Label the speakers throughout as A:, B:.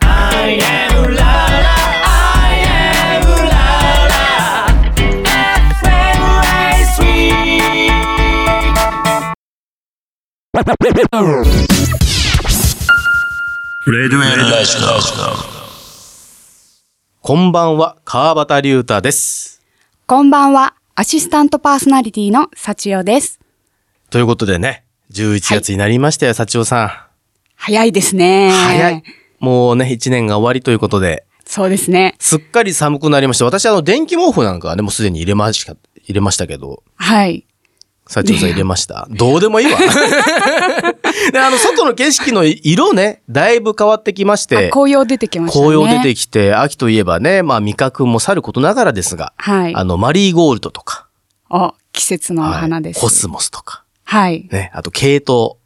A: I am la la, I am la la. FM Ice Week.
B: こんばんは、川端龍太です。
C: こんばんは、アシスタントパーソナリティの幸代です。
B: ということでね、11月になりましたよ、幸男さ
C: 早いですね。
B: ん。早い。。もうね、1年が終わりということで、
C: そうですね。
B: すっかり寒くなりました。私、あの、電気毛布なんかはね、もうすでに入れました、入れましたけど、
C: はい。
B: 幸男さん入れました。どうでも いいわ。で、あの、外の景色の色ね、だいぶ変わってきまし
C: あ
B: て、
C: 紅葉出てきましたね。
B: 紅葉出てきて、秋といえばね、まあ味覚もさることながらですが、
C: はい
B: あの、マリーゴールドとか、
C: お、季節のお花です。
B: はいコスモスとか、
C: はい。
B: ね、あと、ケイト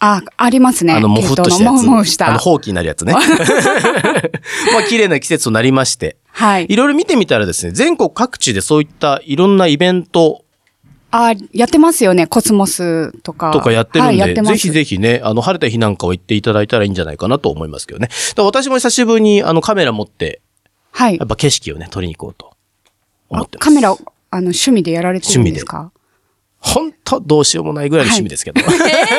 C: あ、ありますね。
B: あの、もふっとしたやつ。
C: 系統のもふもふした。
B: あの、放棄になるやつね。 まあ、綺麗な季節となりまして。
C: はい
B: い。ろいろ見てみたらですね、全国各地でそういったいろんなイベント
C: あ、やってますよね。コスモスとか。
B: とかやってるん
C: はい、
B: で、
C: やってます。
B: ぜひぜひね、あの、晴れた日なんかを行っていただいたらいいんじゃないかなと思いますけどね。だから私も久しぶりにあのカメラ持って、
C: はい
B: やっ。ぱ景色をね、撮りに行こうと思って
C: あ
B: ます。
C: カメラ、あの、趣味でやられてるんですか
B: ほんとどうしようもないぐらいの趣味ですけど。。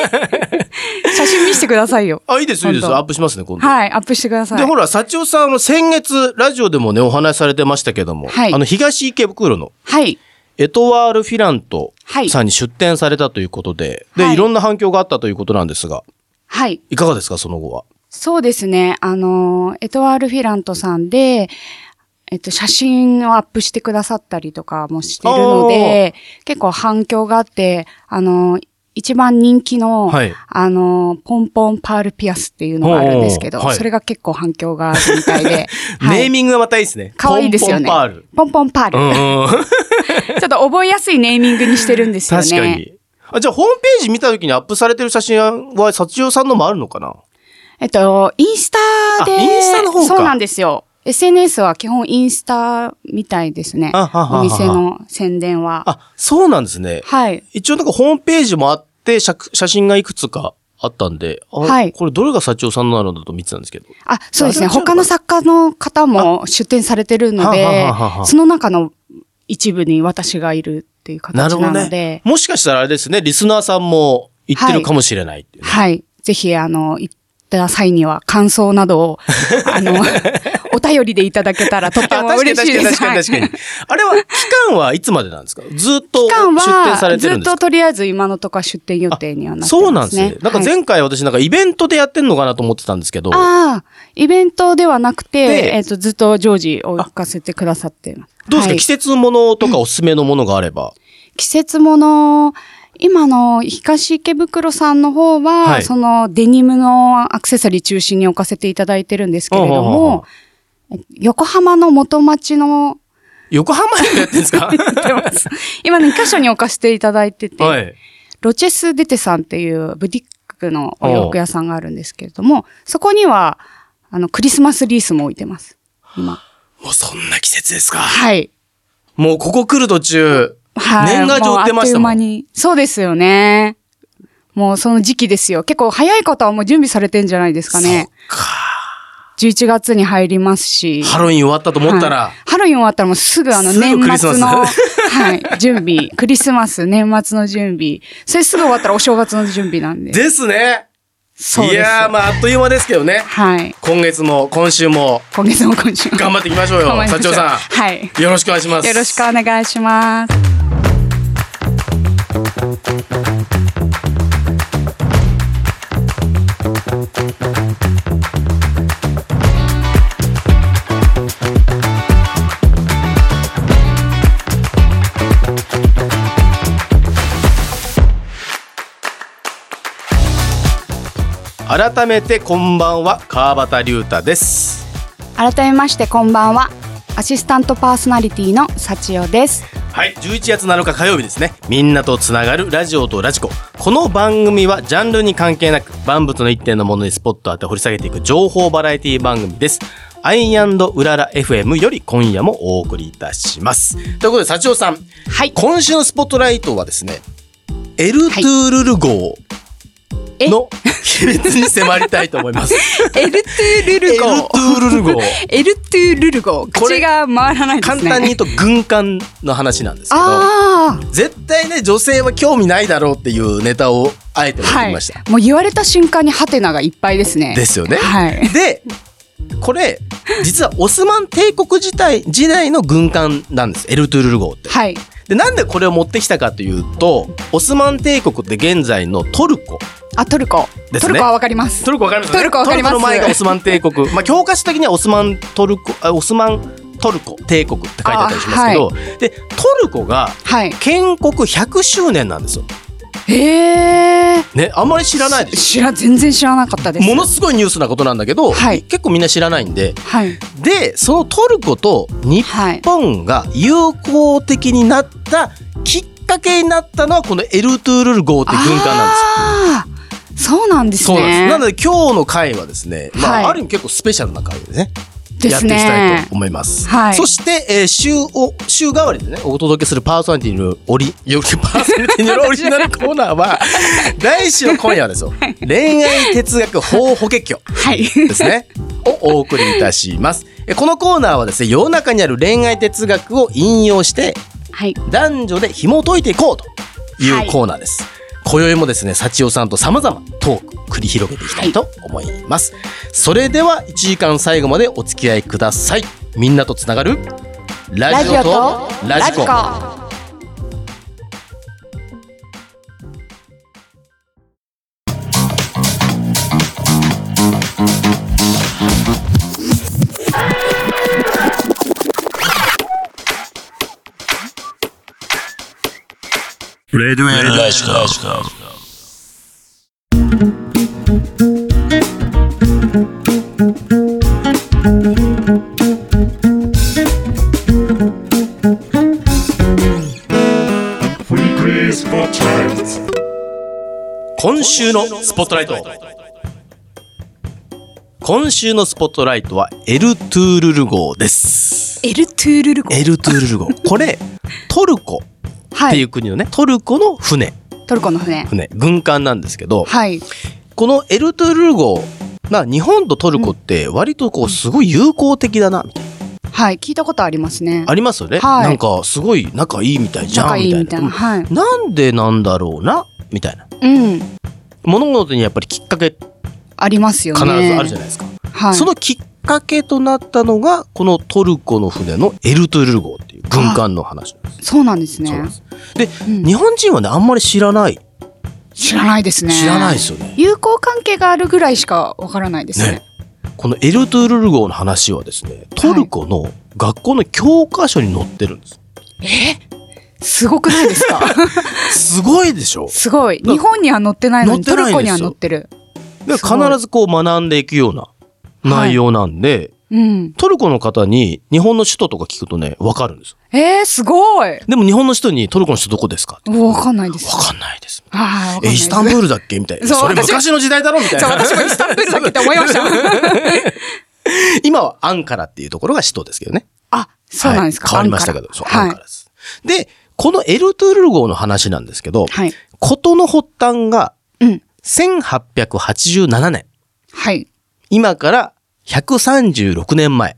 C: 写真見せてくださいよ
B: あ、いいです、いいです。
C: 今度
B: アップしますね、今度。
C: はい、アップしてくださ
B: で、
C: い
B: ほ。ら、幸男さん、あの、先月、ラジオでもね、お話しされてましたけども、
C: はい
B: あの、東池袋の
C: はい。
B: エトワール・フィラント
C: はい
B: さんに出展されたということで、
C: はい
B: で、いろんな反響があったということなんですが、
C: はい。
B: いかがですか、その後は。
C: そうですね。あの、エトワール・フィラントさんで、えっと、写真をアップしてくださったりとかもしてるので、結構反響があって、あの、一番人気の、
B: はい
C: あの、ポンポンパールピアスっていうのがあるんですけど、
B: おーはい
C: それが結構反響があるみた いで、は
B: ネー
C: い。
B: ミングがまたいいですね。
C: かわいいですよね。
B: ポンポンパール。
C: ポンポンパール。
B: うん、
C: ちょっと覚えやすいネーミングにしてるんですよね。
B: 確かに。あじゃあ、ホームページ見たときにアップされてる写真は、幸男さんのもあるのかな
C: えっと、インスタで。
B: あインスタの方か
C: そうなんですよ。SNS は基本インスタみたいですね。
B: あははは
C: お店の宣伝は。
B: あ、そうなんですね。
C: はい。
B: 一応なんかホームページもあって、写写真がいくつかあったんで、あ
C: はい
B: これどれが社長さんなのだと見てたんですけど。
C: あ、そうですね。
B: あれは違うのか
C: 他の作家の方も出展されてるの
B: は
C: で
B: はははは、
C: その中の一部に私がいるっていう
B: な
C: 形
B: るほ
C: な
B: ど
C: ので、
B: ね。もしかしたらあれですね、リスナーさんも言ってるかもしれないっていうね
C: はい。ぜひ、あの、行った際には感想などを、あの、お便りでいただけたらとって
B: あ
C: も
B: 確かに
C: 嬉しい
B: 確
C: で
B: かに
C: す。
B: 確かに確か
C: はい
B: に。あれは、期間はいつまでなんですかずっと
C: 期間
B: 出展さ
C: は、
B: れて
C: ず
B: るんです
C: っと
B: か
C: とりあえず今のところ出店予定にはなってますね。
B: そうなんですね。なんか
C: はい
B: 前回私なんかイベントでやってんのかなと思ってたんですけど、
C: ああ、イベントではなく
B: で
C: て、えっ、と、ずっと常時を行かせてくださってます。
B: どうですか、
C: はい
B: 季節ものとかおすすめのものがあれば。
C: 季節もの、今の東池袋さんの方は、
B: はい
C: そのデニムのアクセサリー中心に置かせていただいてるんですけれど
B: ほうほうほうほ
C: も、横浜の元町の、
B: 横浜でやってんですか
C: 今の2箇所 に置かせていただいてて、
B: はい。
C: ロチェス・デテさんっていうブティックのお洋服屋さんがあるんですけれども、そこには、あの、クリスマスリースも置いてます。今。
B: もうそんな季節ですか。
C: はい。
B: もうここ来る途中、
C: はい。
B: 年賀状売ってましたも
C: うあっという間
B: ん。
C: に。そうですよね。もうその時期ですよ。結構早い方はもう準備されてんじゃないですかね。11月に入りますし。
B: ハロウィン終わったと思った
C: は
B: ら
C: い、ハロウィン終わったらもうすぐあの
B: すぐ
C: 年
B: クリスマ
C: 末
B: ス
C: の、 はい、準備。クリスマス、年末の準備。それすぐ終わったらお正月の準備なんで。
B: ですね。
C: そうです。
B: いやー、まあ、あっという間ですけどね。
C: はい。
B: 今月も、今週も、
C: 今月も今週も。
B: 頑張っていきましょうよ
C: 頑張、りま
B: 社
C: し
B: 長
C: ょう
B: さ
C: はい。
B: ん。よろしくお願いします。
C: よろしくお願いします。
B: 改めて、こんばんは、川端龍太です。
C: 改めましてこんばんは。アシスタントパーソナリティの幸代です。
B: はい、11月7日火曜日ですね。みんなとつながるラジオとラジコ。この番組はジャンルに関係なく、万物の一点のものにスポットを当て掘り下げていく情報バラエティ番組です。アイウララ FM より今夜もお送りいたします。ということで、社長さん、
C: はい。
B: 今週のスポットライトはですね、エルトゥールル号
C: え
B: の秘密に迫りたいと思い ます。
C: エルトゥル
B: エル
C: ル
B: ト
C: ゴ。
B: ゥールル号。
C: エルトゥルルゴ。
B: これ
C: 口が回らないです
B: 簡
C: ね。
B: 単に言うと軍艦の話なんですけど、
C: ああ。
B: 絶対ね、女性は興味ないだろうっていうネタをあえて持って
C: は
B: き
C: い
B: ました。。
C: もう言われた瞬間にハテナがいっぱいですね。
B: ですよね。
C: はい。
B: で、これ、実はオスマン帝国時代時代の軍艦なんです。エルトゥールル号って。
C: はい。
B: で、なんでこれを持ってきたかというと、オスマン帝国って現在のトルコ。
C: あ、トルコ。
B: ですね
C: トルコはわかります。
B: トルコわかりますよね
C: トルコわかります
B: トルコの前がオスマン帝 国。まあ教科書的にはオスマントルコ、あオスマントルコ帝国って書いてあったりしますけど、で、トルコが
C: はい。
B: 建国100周年なんですよ。
C: へえ。
B: ね、あんまり知らないでし
C: 知ら、全然知らなかったで
B: ょ。
C: す。
B: ものすごいニュースなことなんだけど、
C: はい
B: 結構みんな知らないんで。
C: はい。
B: で、そのトルコと日
C: はい。
B: 本が友好的になったきっかけになったのはこのエルトゥールル号っていう軍艦なんですよ。
C: なんです。そうなんです
B: そう
C: ね。
B: なんです。なので今日の回はですね、まあ、
C: はい
B: ある意味結構スペシャルな回でね、
C: で
B: やっ
C: す
B: てい
C: ね。
B: きたいと思います。
C: はい
B: そして、えー週を、週替わりでね、お届けするパーソナリティによるオリ、よりパーソナリティによるオリジナルコーナーは、来週の今夜はですよ、恋愛哲学法法華経。
C: はい。
B: ですね。 をお送りいたします。えこのコーナーはですね、世の中にある恋愛哲学を引用して、
C: はい。
B: 男女で紐解いていこうというコーナーです。今宵もですね、幸代さんと様々トーク繰り広げていきたいと思います。それでは1時間最後までお付き合いください。みんなとつながるラジオとラジコ。
D: レデュエルラジコ
B: 今週のスポットライト。今週のスポットライトはエルトゥールル号です。
C: エルトゥルルゴ。
B: エルトゥールル号。これ、トルコっ
C: は
B: てい
C: い。
B: う国のね、トルコの船、
C: トルコの船。
B: 船、軍艦なんですけど、
C: はい。
B: このエルトゥールル号、まあ日本とトルコって割とこうすごい友好的だな、みたいな。
C: はい。聞いたことありますね。
B: ありますよね、
C: はい
B: なんかすごい仲いいみたいじゃ
C: 仲
B: ん、
C: い
B: み
C: い
B: たいな。
C: みたいな。はい。
B: うんなんでなんだろうな、みたいな。
C: うん。
B: 物事にやっぱりきっかけ必
C: ありますよね。
B: ずあるじゃないですか。
C: はい。
B: そのきっかけとなったのが、このトルコの船のエルトゥールル号っていう軍艦の話なんです。
C: そうなんですね。
B: そうなんです。で、
C: うん
B: 日本人はね、あんまり知らない。
C: 知らないですね。
B: 知らないですよね。
C: 友好関係があるぐらいしかわからないですね。
B: ねこのエルトゥールル号の話はですね、トルコの学校の教科書に載ってるんです。
C: すごくないですか
B: すごいでしょ
C: すごい。
B: な
C: 日本には載ってないのに、
B: 載っ
C: ト
B: てないんですよ
C: ルコには載ってる。
B: です
C: ごい
B: 必ずこう学んでいくような内容なんで、
C: うん。
B: トルコの方に日本の首都とか聞くとね、わかるんですよ。
C: えー、すごい
B: でも日本の人にトルコの首都どこですかって
C: わかんないです。
B: わかんないです。
C: あーわかん
B: え、
C: ない
B: イ
C: です
B: スタンブールだっけみたいな。
C: そう
B: それ
C: 私
B: 昔の時代だろみたい
C: そう、
B: な。
C: 私もイスタンブールだけって思いました。
B: 今はアンカラっていうところが首都ですけどね。
C: あ、そうなんですか。
B: はい変わりましたけど、そう、ア
C: は
B: ン
C: い
B: カラ。です。で、このエルトゥールル号の話なんですけど、
C: はい。
B: 事の発端が
C: うん。
B: 1887年。
C: はい。
B: 今から136年前。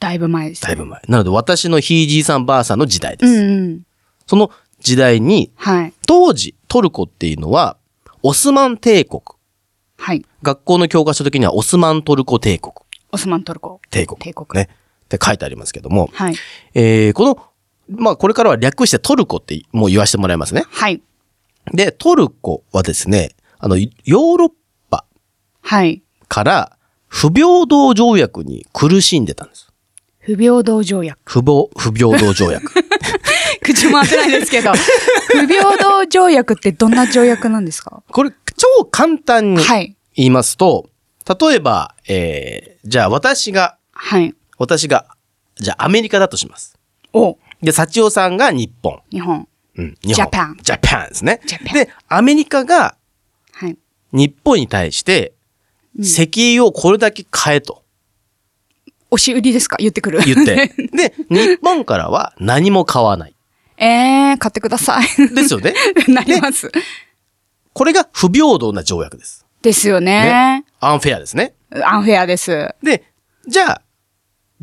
C: だいぶ前です。
B: だいぶ前。なので私のひいじいさんばあさんの時代です。
C: うんうん。
B: その時代に、
C: はい。
B: 当時トルコっていうのは、オスマン帝国。
C: はい。
B: 学校の教科書的にはオスマントルコ帝国。
C: オスマントルコ。
B: 帝国。
C: 帝国
B: ね。って書いてありますけども。
C: はい。
B: えー、この、まあこれからは略してトルコってもう言わせてもらいますね。
C: はい。
B: で、トルコはですね、あの、ヨーロッパ
C: はい。
B: から不平等条約に苦しんでたんです。
C: 不平等条約。
B: 不平不平等条約。
C: 口も当てないで すけど。不平等条約ってどんな条約なんですか
B: これ、超簡単に
C: はい。
B: 言いますと、例えば、えー、じゃあ私が、
C: はい。
B: 私が、じゃあアメリカだとします。
C: お、
B: で、幸代さんが日本。
C: 日本。
B: うん、日本。
C: ジャパン
B: ジャパンですね
C: ジャパ。ン
B: で、アメリカが
C: はい。
B: 日本に対して、石油をこれだけ買えと
C: 押し売りですか言ってくる。
B: 言 って。で、日本からは何も買わない。
C: えー、買ってください。
B: ですよね。
C: なります。
B: これが不平等な条約です。
C: ですよね。
B: アンフェアですね。
C: アンフェアです。
B: で、じゃあ、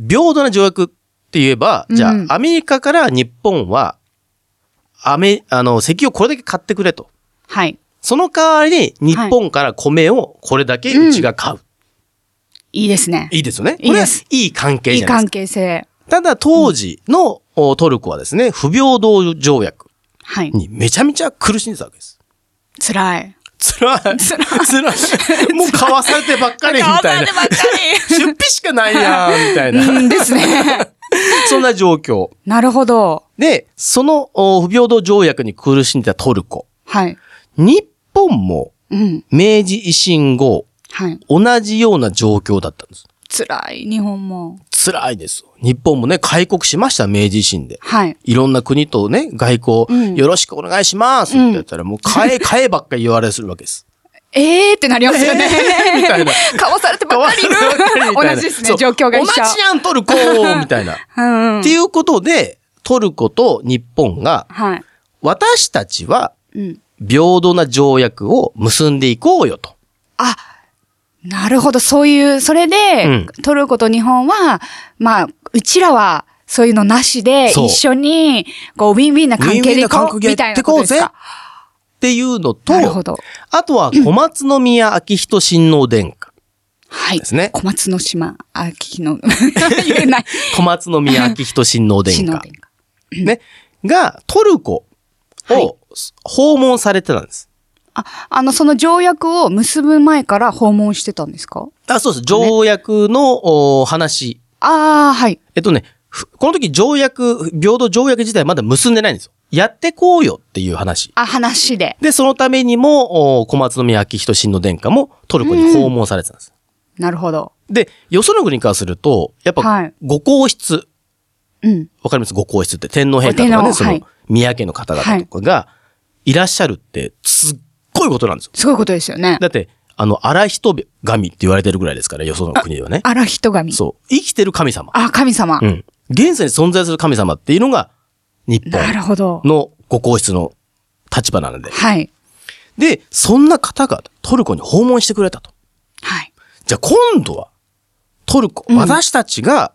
B: 平等な条約って言えば、じゃあ、
C: うん
B: アメリカから日本は、アメ、あの、石油をこれだけ買ってくれと。
C: はい。
B: その代わりに、日本から米をこれだけうちが買う。
C: いいですね。
B: いいですよね。
C: いいです
B: これはいい関係
C: いい
B: じゃない
C: 関
B: ですか。
C: 係性。
B: ただ、当時のおトルコはですね、不平等条約
C: はい。
B: にめちゃめちゃ苦しんでたわけです。
C: 辛い。
B: 辛い。辛い。もう買わされてばっか りみたいな。
C: ばっか
B: 出費しかないやん、みたいな。
C: り。ですね。
B: そんな状況。
C: なるほど。
B: で、そのお不平等条約に苦しんでたトルコ。
C: はい。
B: 日本も
C: うん。
B: 明治維新後、
C: はい。
B: 同じような状況だったんです。
C: 辛い、日本も。
B: 辛いです。日本もね、開国しました、明治維新で。
C: はい。
B: いろんな国とね、外
C: う
B: 交、
C: ん
B: よろしくお願いしますってやったら、もう 買え、買えばっかり言われするわけです。
C: えーってなりますよね。
B: みたいな。
C: かわされてばっかりいる
B: みたいな
C: 同じです
B: そ
C: ね、
B: う
C: 状況が一緒。
B: 同じやん、トルコ みたいな。
C: うんうん
B: っていうことで、トルコと日本が、
C: はい。
B: 私たちは
C: うん。
B: 平等な条約を結んでいこうよと。
C: あ、なるほど、そういう、それで、
B: うん
C: トルコと日本は、まあ、うちらは、そういうのなしで、
B: そう
C: 一緒に、こう、ウィンウィンな関係で
B: ウィンウィ
C: いこ
B: ンな関
C: う、
B: 係
C: みたいなことです
B: やっ
C: か
B: て。っていうのと
C: な、るほど。
B: あとは小松宮昭仁親王殿 下
C: はい。
B: ですね。
C: 小松の島、あ、聞 きの、言えない。
B: 小松宮昭仁親王殿
C: 篠殿
B: 下
C: 下。
B: ね、がトルコ
C: はい
B: を訪問されてたんです。
C: あ、あの、その条約を結ぶ前から訪問してたんですか
B: あ、そうです。条約のお話。
C: ああ、はい。
B: えっとね、ふこの時条約、平等条約自体まだ結んでないんですよ。やってこうよっていう話。
C: あ、話で。
B: で、そのためにも、お小松宮昭仁親王殿下もトルコに訪問されてたんです。
C: なるほど。
B: で、よその国からすると、やっ
C: は
B: ぱ
C: い、
B: ご皇室、
C: うん。
B: わかりますご皇室って天皇陛下とか
C: お天
B: ね、
C: 皇
B: その、
C: はい
B: 宮家の方々とかが、いらっしゃるって、すっごいことなんですよ。
C: すごいことですよね。
B: だって、あの、荒人神って言われてるぐらいですから、よその国ではね。
C: 荒人神。
B: そう。生きてる神様。
C: あ、神様。
B: うん。現世に存在する神様っていうのが、日
C: な
B: 本
C: るほど。
B: のご皇室の立場なので。
C: はい。
B: で、そんな方がトルコに訪問してくれたと。
C: はい。
B: じゃあ今度は、トルコ、
C: うん
B: 私たちが、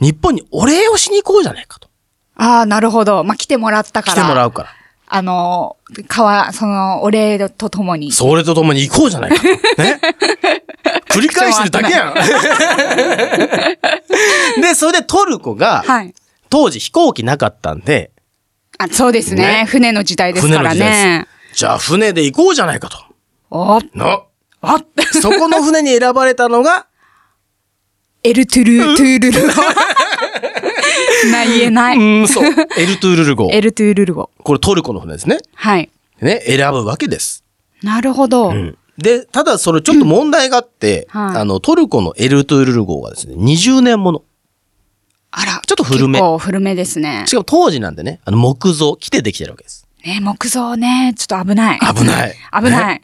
B: 日本にお礼をしに行こうじゃないかと。
C: ああ、なるほど。まあ、来てもらったか
B: 来て
C: ら。
B: もらうから。
C: あの、川、その、お礼とともに。
B: それとともに行こうじゃ ないかと。ね。繰り返してるだけやん。 で、それでトルコが、
C: はい。
B: 当時飛行機なかったんで、
C: あ、そうですね。
B: ね
C: 船の時代です
B: 船
C: か
B: の
C: ら
B: 時代
C: ね
B: で。す。じゃあ船で行こうじゃないかと。
C: お、
B: な。
C: お、
B: そこの船に選ばれたのが、
C: エルトゥル、トゥールル語。な、言えな
B: う
C: い。
B: ーん、そう。 エルトゥールル号。
C: エルトゥールル語。
B: これトルコの船ですね。
C: はい。
B: ね、選ぶわけです。
C: なるほど。
B: で、ただそれちょっと問題があって、
C: うんはい
B: あの、トルコのエルトゥールル号がですね、20年もの。
C: あら。
B: ちょっと古め
C: 結構古めですね
B: し。かも当時なんでね、あの、木造、木でできてるわけです。
C: ね、木造ね、ちょっと危ない。
B: 危ない。。
C: 危ないい。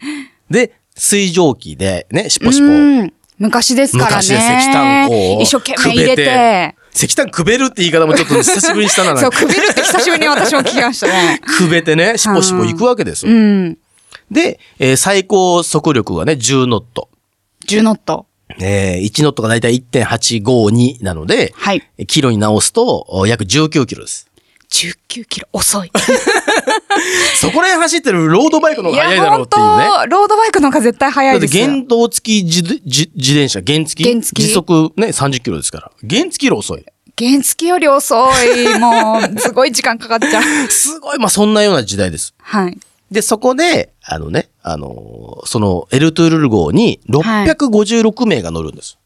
B: で、水蒸気で、ね、しっぽしっぽ。
C: うん昔ですからね。
B: 昔で石炭を
C: 一生懸命入れ
B: くべ
C: て
B: て。石炭くべるって言い方もちょっと 久しぶりにしたな。なん
C: そう、
B: か。
C: くびるって久しぶりに私も聞きましたね
B: くべてね、しっぽしっぽ行くわけです
C: う
B: よ。
C: ん。
B: で、えー最高速力がね、10ノット。
C: 10ノット。
B: えー1ノットがだいたい1.852なので、
C: はい。
B: キロに直すと、お約19キロです。
C: 19キロ遅 い。
B: そこら辺走ってるロードバイクの方が速いだろうっていうね。
C: 本当ロードバイクの方が絶対
B: だ
C: 速
B: っ
C: い
B: て
C: ですよ。
B: 原動付き自自自転車、原付き
C: 原付き
B: 時速ね、30キロですから。原付きより遅い。
C: 原付より遅い。も う、すごい時間かかっちゃう。
B: すごい、まあ、そんなような時代です。
C: はい。
B: で、そこで、あのね、あのーその、エルトゥールル号に656名が乗るんです。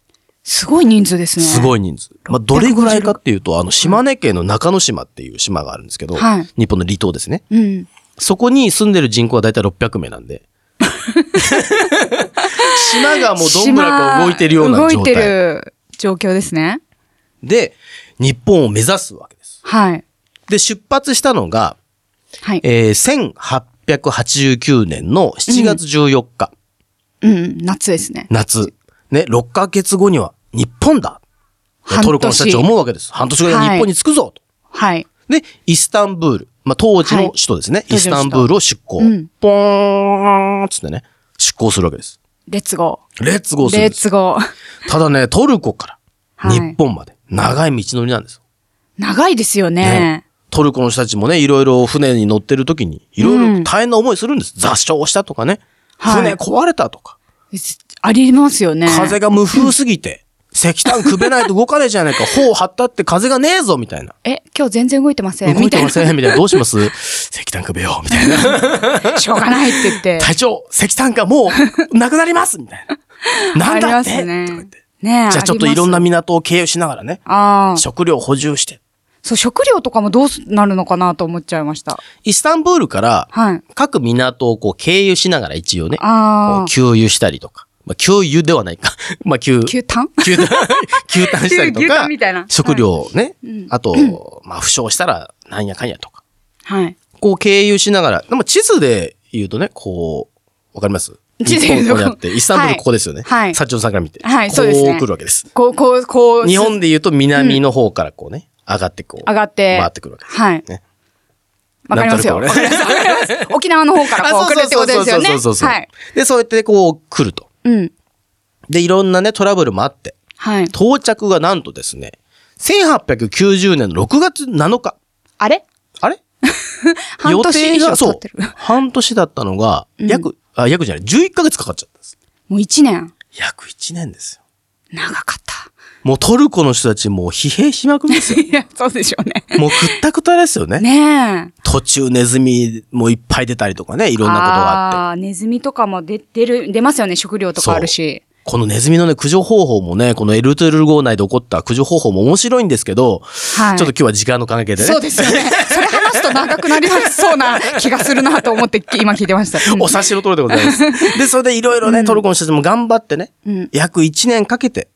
C: すごい人数ですね。
B: す
C: い。
B: ごい人数。まあ、どれぐらいかっていうと、あの、島根県の中之島っていう島があるんですけど、
C: はい
B: 日本の離島ですね。
C: うん。
B: そこに住んでる人口はだいたい600名なん で。島がもうどんぶらこ動いてるような状態。
C: 動いてる状況ですね。
B: で、日本を目指すわけです。
C: はい。
B: で、出発したのが、
C: はい。
B: えー1889年の7月14日、
C: うん。夏ですね。
B: 夏。ね、6ヶ月後には日本だ。
C: 半年
B: トルコの人たち思うわけです。半年後には日本に着くぞ、と
C: はい。
B: で、イスタンブール、まあ、当時の首都ですね、イスタンブールを出港。ポーンっつってね、出港するわけです。
C: レッツゴ
B: レッツゴー
C: ー。
B: する
C: レ
B: ん
C: ッ
B: です。
C: ツゴー。
B: ただね、トルコか
C: は
B: ら
C: い
B: 日本まで長い道のりなんですよ。
C: 長いですよね
B: ね。トルコの人たちもね、いろいろ船に乗ってる時に、いろいろ大変な思いするんです。座礁したとかね、
C: はい
B: 船壊れたとか、
C: ありますよね。
B: 風が無風すぎて、石炭くべないと動かねえじゃないか、頬張ったって風がねえぞ、みたいな。
C: え、今日全然動いてません。
B: 動い
C: み
B: て
C: たい
B: ま
C: な。し
B: せんみたいな。どうします石炭くべようみたいな。
C: ょうがないって言って。
B: 隊長、石炭がもうなくなりますみたいな。なんだって
C: ありま
B: とか言っ
C: すね
B: て。
C: ねえ
B: じゃあちょっといろんな
C: あります
B: 港を経由しながらね、
C: ああ。
B: 食料補充して。
C: そう、食料とかもどうすなるのかなと思っちゃいました。
B: イスタンブールから
C: はい。
B: 各港をこう経由しながら一応ね、こ
C: あ
B: う
C: あ。
B: 給油したりとか。まあ、給油ではないか。 まあ、給、
C: 牛タン
B: 牛 タン、牛タンしたりと
C: 牛牛
B: か
C: タンみたいな、
B: 食料をね
C: うん、
B: あ と、まあ、負傷したらなんやかんやとか。
C: はい。
B: こう経由しながら、でも地図で言うとね、こう、わかります
C: 地図で
B: 日
C: 言うと
B: 本こうやって、イスタンブール
C: はい
B: ここですよね。
C: はい
B: サッチョンさんから見て。
C: はい
B: こ
C: そうですね
B: 来るわけです。
C: こう、こう、こう。
B: 日本で言うと南の方からこうね、上がってこう。
C: 上がって。
B: 回ってくるわけです。
C: はい。
B: ね
C: わかりますよ。
B: な
C: わ
B: んと
C: か
B: な
C: ります。わかります。沖縄の方からこう来るってことですよね。
B: そうそうそうそうそうそうそうそう。
C: はい。
B: で、そうやってこう来ると。
C: うん。
B: で、いろんなね、トラブルもあって、
C: はい。
B: 到着がなんとですね、1890年の6月7日。
C: あれ
B: あれ
C: 半年以上経ってる。
B: そう。半年だったのが、
C: うん
B: 約、あ、約じゃない、11ヶ月かかっちゃったんです。
C: もう一年。
B: 約1年ですよ。
C: 長かった。
B: もうトルコの人たちもう疲弊しまくり ですよ。
C: いや、そうでしょうね。
B: もうくったくたですよね。
C: ねえ。
B: 途中ネズミもいっぱい出たりとかね、いろんなことがあって。
C: あーネズミとかも出出る、出ますよね、食料とかあるし。
B: このネズミのね、駆除方法もね、このエルトゥール号内で起こった駆除方法も面白いんですけど、
C: はい。
B: ちょっと今日は時間の関係でね。
C: そうですよね。それ話すと長くなりそうな気がするなと思って今聞いてました。
B: お察しの通りでござい ます。で、それでいろいろね、トルコの人たちも頑張ってね、
C: うん
B: 約1年かけて、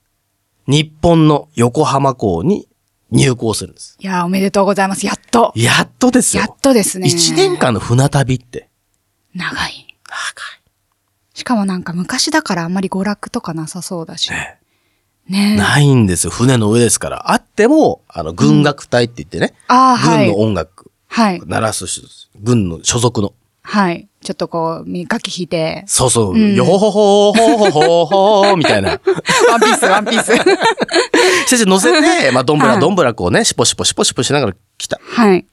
B: 日本の横浜港に入港するんです。
C: いやー、おめでとうございます。やっと。
B: やっとですよ。
C: やっとですね。
B: 1年。間の船旅って。
C: 長い。しかもなんか昔だからあんまり娯楽とかなさそうだし。
B: ね
C: ねえ。
B: ないんですよ。船の上ですから。あっても、あの、軍楽隊って言ってね。
C: ああ、は
B: 軍
C: い
B: の。音楽、
C: はい。
B: 鳴らす人です。軍の所属の。。
C: はい。ちょっとこう、み楽器弾いて
B: そうそう。
C: うん
B: よほほほほほほほほみたいな。
C: ワンピース、ワンピース。
B: 先生乗せて、まあ、どんぶ
C: は
B: ら
C: い
B: どんぶらこうね、シポシポシポシポしながら来た。
C: はい。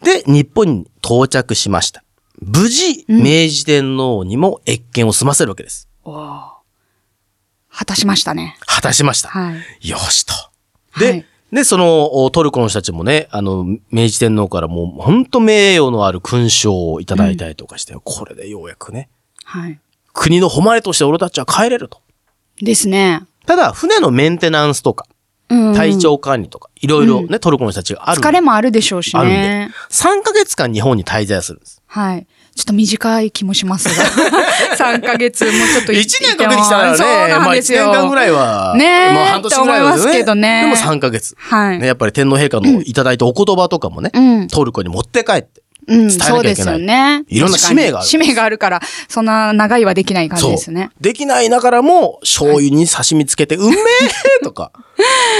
B: で、日本に到着しました。無事、
C: うん
B: 明治天皇にも謁見を済ませるわけです。
C: おー果たしましたね。
B: 果たしました。
C: はい。
B: よしと。で、
C: はい
B: で、その、おトルコの人たちもね、あの、明治天皇からもう、本当名誉のある勲章をいただいたりとかして、これでようやくね、
C: はい。
B: 国の誉れとして俺たちは帰れると。
C: ですね。
B: ただ、船のメンテナンスとか、
C: うん。
B: 体調管理とか、いろいろね、トルコの人たちがあるんで。
C: 疲れもあるでしょうし
B: あるんで
C: ね。。
B: 3ヶ月間日本に滞在するんです。
C: はい。ちょっと短い気もします が。3ヶ月もうちょっと
B: 1
C: い
B: 年かけてきたらね、
C: そう
B: ま
C: なん
B: あ1
C: ですよ。
B: 年間ぐらいは、
C: ねえ
B: まあ半年ぐらいは、
C: と思いますけどね
B: でも3ヶ月。
C: はい。
B: ね、やっぱり天皇陛下のいただいたお言葉とかもね、
C: うん
B: トルコに持って帰って。
C: う
B: 伝え
C: ん、
B: なきゃいけない
C: そうですよね。
B: いろんな使命がある
C: 確かに使命があるから、そんな長いはできない感じですね。
B: できないながらも、醤油に刺身つけて、うんめえとか、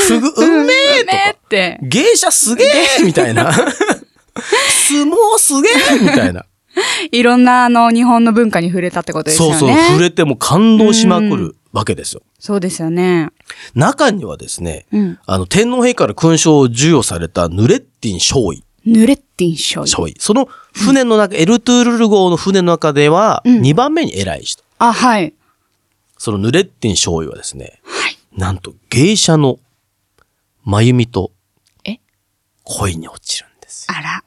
B: ふぐうんめえと
C: ね
B: か、
C: って。
B: 芸者すげえみたいな。相撲すげえみたいな。
C: いろんなあの、日本の文化に触れたってことですよ
B: そう
C: ね。
B: そう、触れても感動しまくるわけですよ。
C: そうですよね。
B: 中にはですね、
C: うん
B: あの、天皇陛下から勲章を授与されたヌレッティン少尉。
C: ヌレッティン醤油。
B: 少尉。その船の中、エルトゥールル号の船の中では、
C: うん
B: 2番目に偉い人。
C: あ、はい。
B: そのヌレッティン少尉はですね、なんと芸者の真由美と
C: え
B: 恋に落ちるんですよ。
C: あら。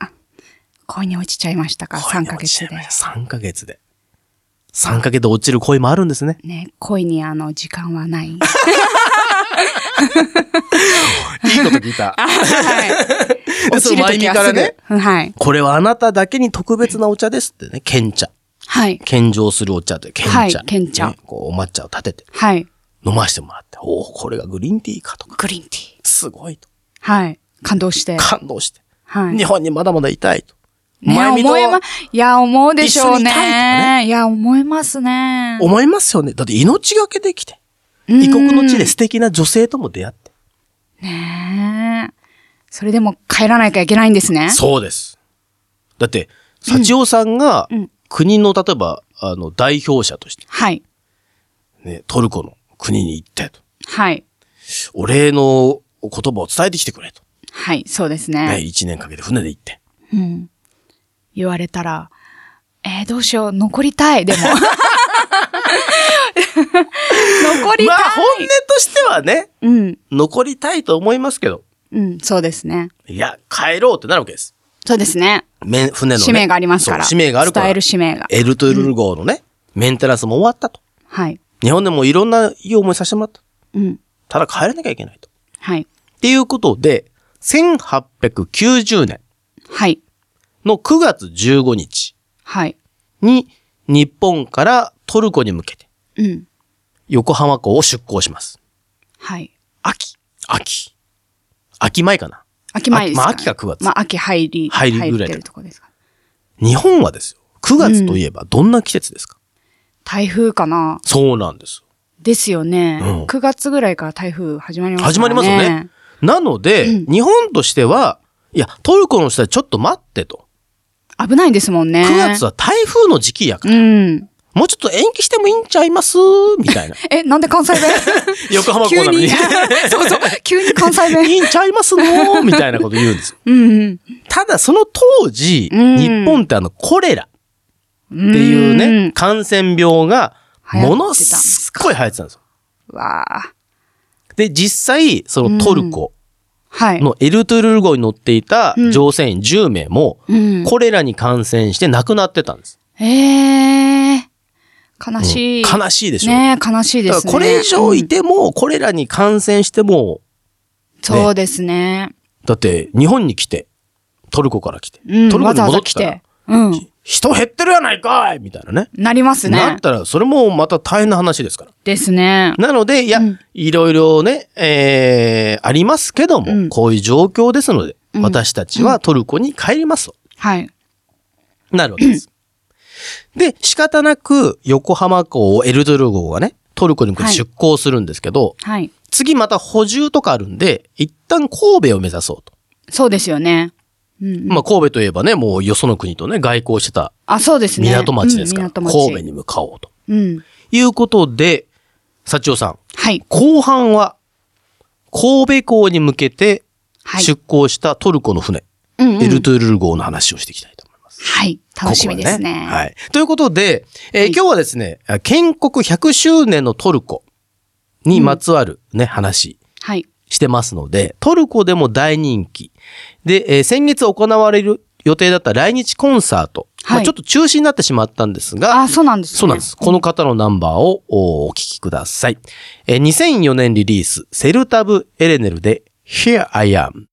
C: 恋に落ちちゃいましたか、
B: 恋
C: 3
B: に
C: ヶ
B: 落ちちゃ
C: 月
B: い
C: で。
B: ました3ヶ月で。3ヶ月で落ちる恋もあるんですね。
C: ね、恋にあの、時間 はない。
B: いいこと聞いた。
C: はい。 落
B: そ
C: ちる時は
B: の前見から
C: すぐ
B: ね
C: うんはい。
B: これはあなただけに特別なお茶ですってね、献茶。
C: はい。
B: 献上するお茶って、献茶。
C: はい献茶
B: ねこう、お抹茶を立てて、
C: はい。
B: 飲ましてもらって、おお、これがグリーンティーかとか、
C: グリーンティー。
B: すごいと。
C: はい。感動して。
B: 感動して。
C: はい。
B: 日本にまだまだいたいと。
C: ね、
B: 前見と
C: 思えま、いや、思うでしょう
B: 一緒にい
C: ね。
B: たいとか
C: いや、思いますね。
B: 思いますよね。だって命がけできて、
C: うん
B: 異国の地で素敵な女性とも出会って。
C: ねえ。それでも帰らないといけないんですね。
B: そうです。だって、幸男さんが
C: うん
B: 国の、例えば、あの、代表者として、
C: はい。
B: ね、トルコの国に行って、と
C: はい。
B: お礼の言葉を伝えてきてくれと。
C: はい。そうですね。
B: ね、一年かけて船で行って。
C: うん。言われたら、えー、どうしよう。残りた い。でも。残りたい。
B: まあ、本音としてはね、
C: うん。
B: 残りたいと思いますけど、
C: うん。そうですね。
B: いや、帰ろうってなるわけです。
C: そうですね。
B: め船の、ね。
C: 使命がありますから。
B: そう使命があるから。
C: 伝える使命が。
B: エルトゥルル号のね、メンテナンスも終わったと。
C: はい。
B: 日本でもいろんないい思いさせてもらった。
C: うん。
B: ただ帰らなきゃいけないと。
C: はい。
B: っていうことで、1890年
C: はい。
B: の9月15日
C: はい。
B: に日本からトルコに向けて
C: うん。
B: 横浜港を出港します。
C: はい。
B: 秋。秋。秋前かな。
C: 秋前ですか、ね。
B: あまあ秋か九月
C: まあ秋入り。
B: 入りぐらいだ
C: 入ってるとこですか。
B: 日本はですよ。9月といえばどんな季節ですか、
C: 台風かな
B: そうなんです。
C: ですよね、
B: うん
C: 9月ぐらいから台風始まりますからね。
B: 始まりますよね。。なので、
C: うん
B: 日本としては、いや、トルコの人はちょっと待ってと。
C: 危ないですもんね。
B: 9月は台風の時期やから、
C: うん。
B: もうちょっと延期してもいいんちゃいますみた いな。
C: え、なんで 関西弁
B: 横浜港
C: 急
B: なのに
C: に。そうそう。急に関西弁。
B: いいんちゃいますのみたいなこと言うんですよ。
C: うん
B: ただ、その当時、
C: うん
B: 日本ってあの、コレラ
C: うん。
B: っていうね、
C: ん。
B: 感染病が、
C: 流行ってたんですか
B: ものすっごい流行ってたんですよ。
C: わあ。
B: で、実際、そのトルコ
C: はい。
B: のエルトゥルル号に乗っていた
C: うん
B: 乗船員10名も、
C: うん。
B: コレラに感染して亡くなってたんです。
C: ええー。悲しい。
B: うん悲しいでしょ。
C: ねえ悲しいで
B: だ
C: す
B: か
C: ね。
B: らこれ以上い
C: うん
B: ても、コレラに感染しても、
C: そうですね。
B: だって、日本に来て、トルコから来て、
C: うん。
B: トルコ
C: わ
B: に
C: ざわ
B: 戻
C: ざ
B: っ
C: 来
B: てたら、
C: て。うん。
B: 人減ってるやないかいみたいなね。
C: なります
B: な
C: ね
B: っ。たら、それもまた大変な話ですから。
C: ですね。
B: なので、いや、
C: うん
B: いろいろね、えー、ありますけども、
C: うん
B: こういう状況ですので、
C: うん
B: 私たちはトルコに帰りますと。
C: はい。
B: なるわけです。で、仕方なく、横浜港をエルドル号がね、トルコに向けて出港するんですけど、
C: はい。
B: 次また補充とかあるんで、一旦神戸を目指そうと。
C: そうですよね。うん。
B: まあ、神戸といえばね、もうよその国とね、外交してた
C: あ、そうですね。
B: 港町ですから、
C: うん、港町
B: 神戸に向かおうと。
C: うん。
B: いうことで、幸男さん、
C: はい。
B: 後半は、神戸港に向けて
C: はい。
B: 出港したトルコの船、
C: うんうん
B: エルトゥルル号の話をしていきたいと思います。
C: はい。楽しみですね。
B: ここははい。ということで、えー
C: はい
B: 今日はですね、あ建国100周年のトルコにまつわるね、話
C: はい。
B: してますので、トルコでも大人気。で、えー先月行われる予定だった来日コンサート、
C: はい
B: まあちょっと中止になってしまったんですが、
C: あ、そうなんですね。
B: そうなんで。す。この方のナンバーをおお聞きください。えー2004年リリース、セルタブ・エレネルで Here I Am。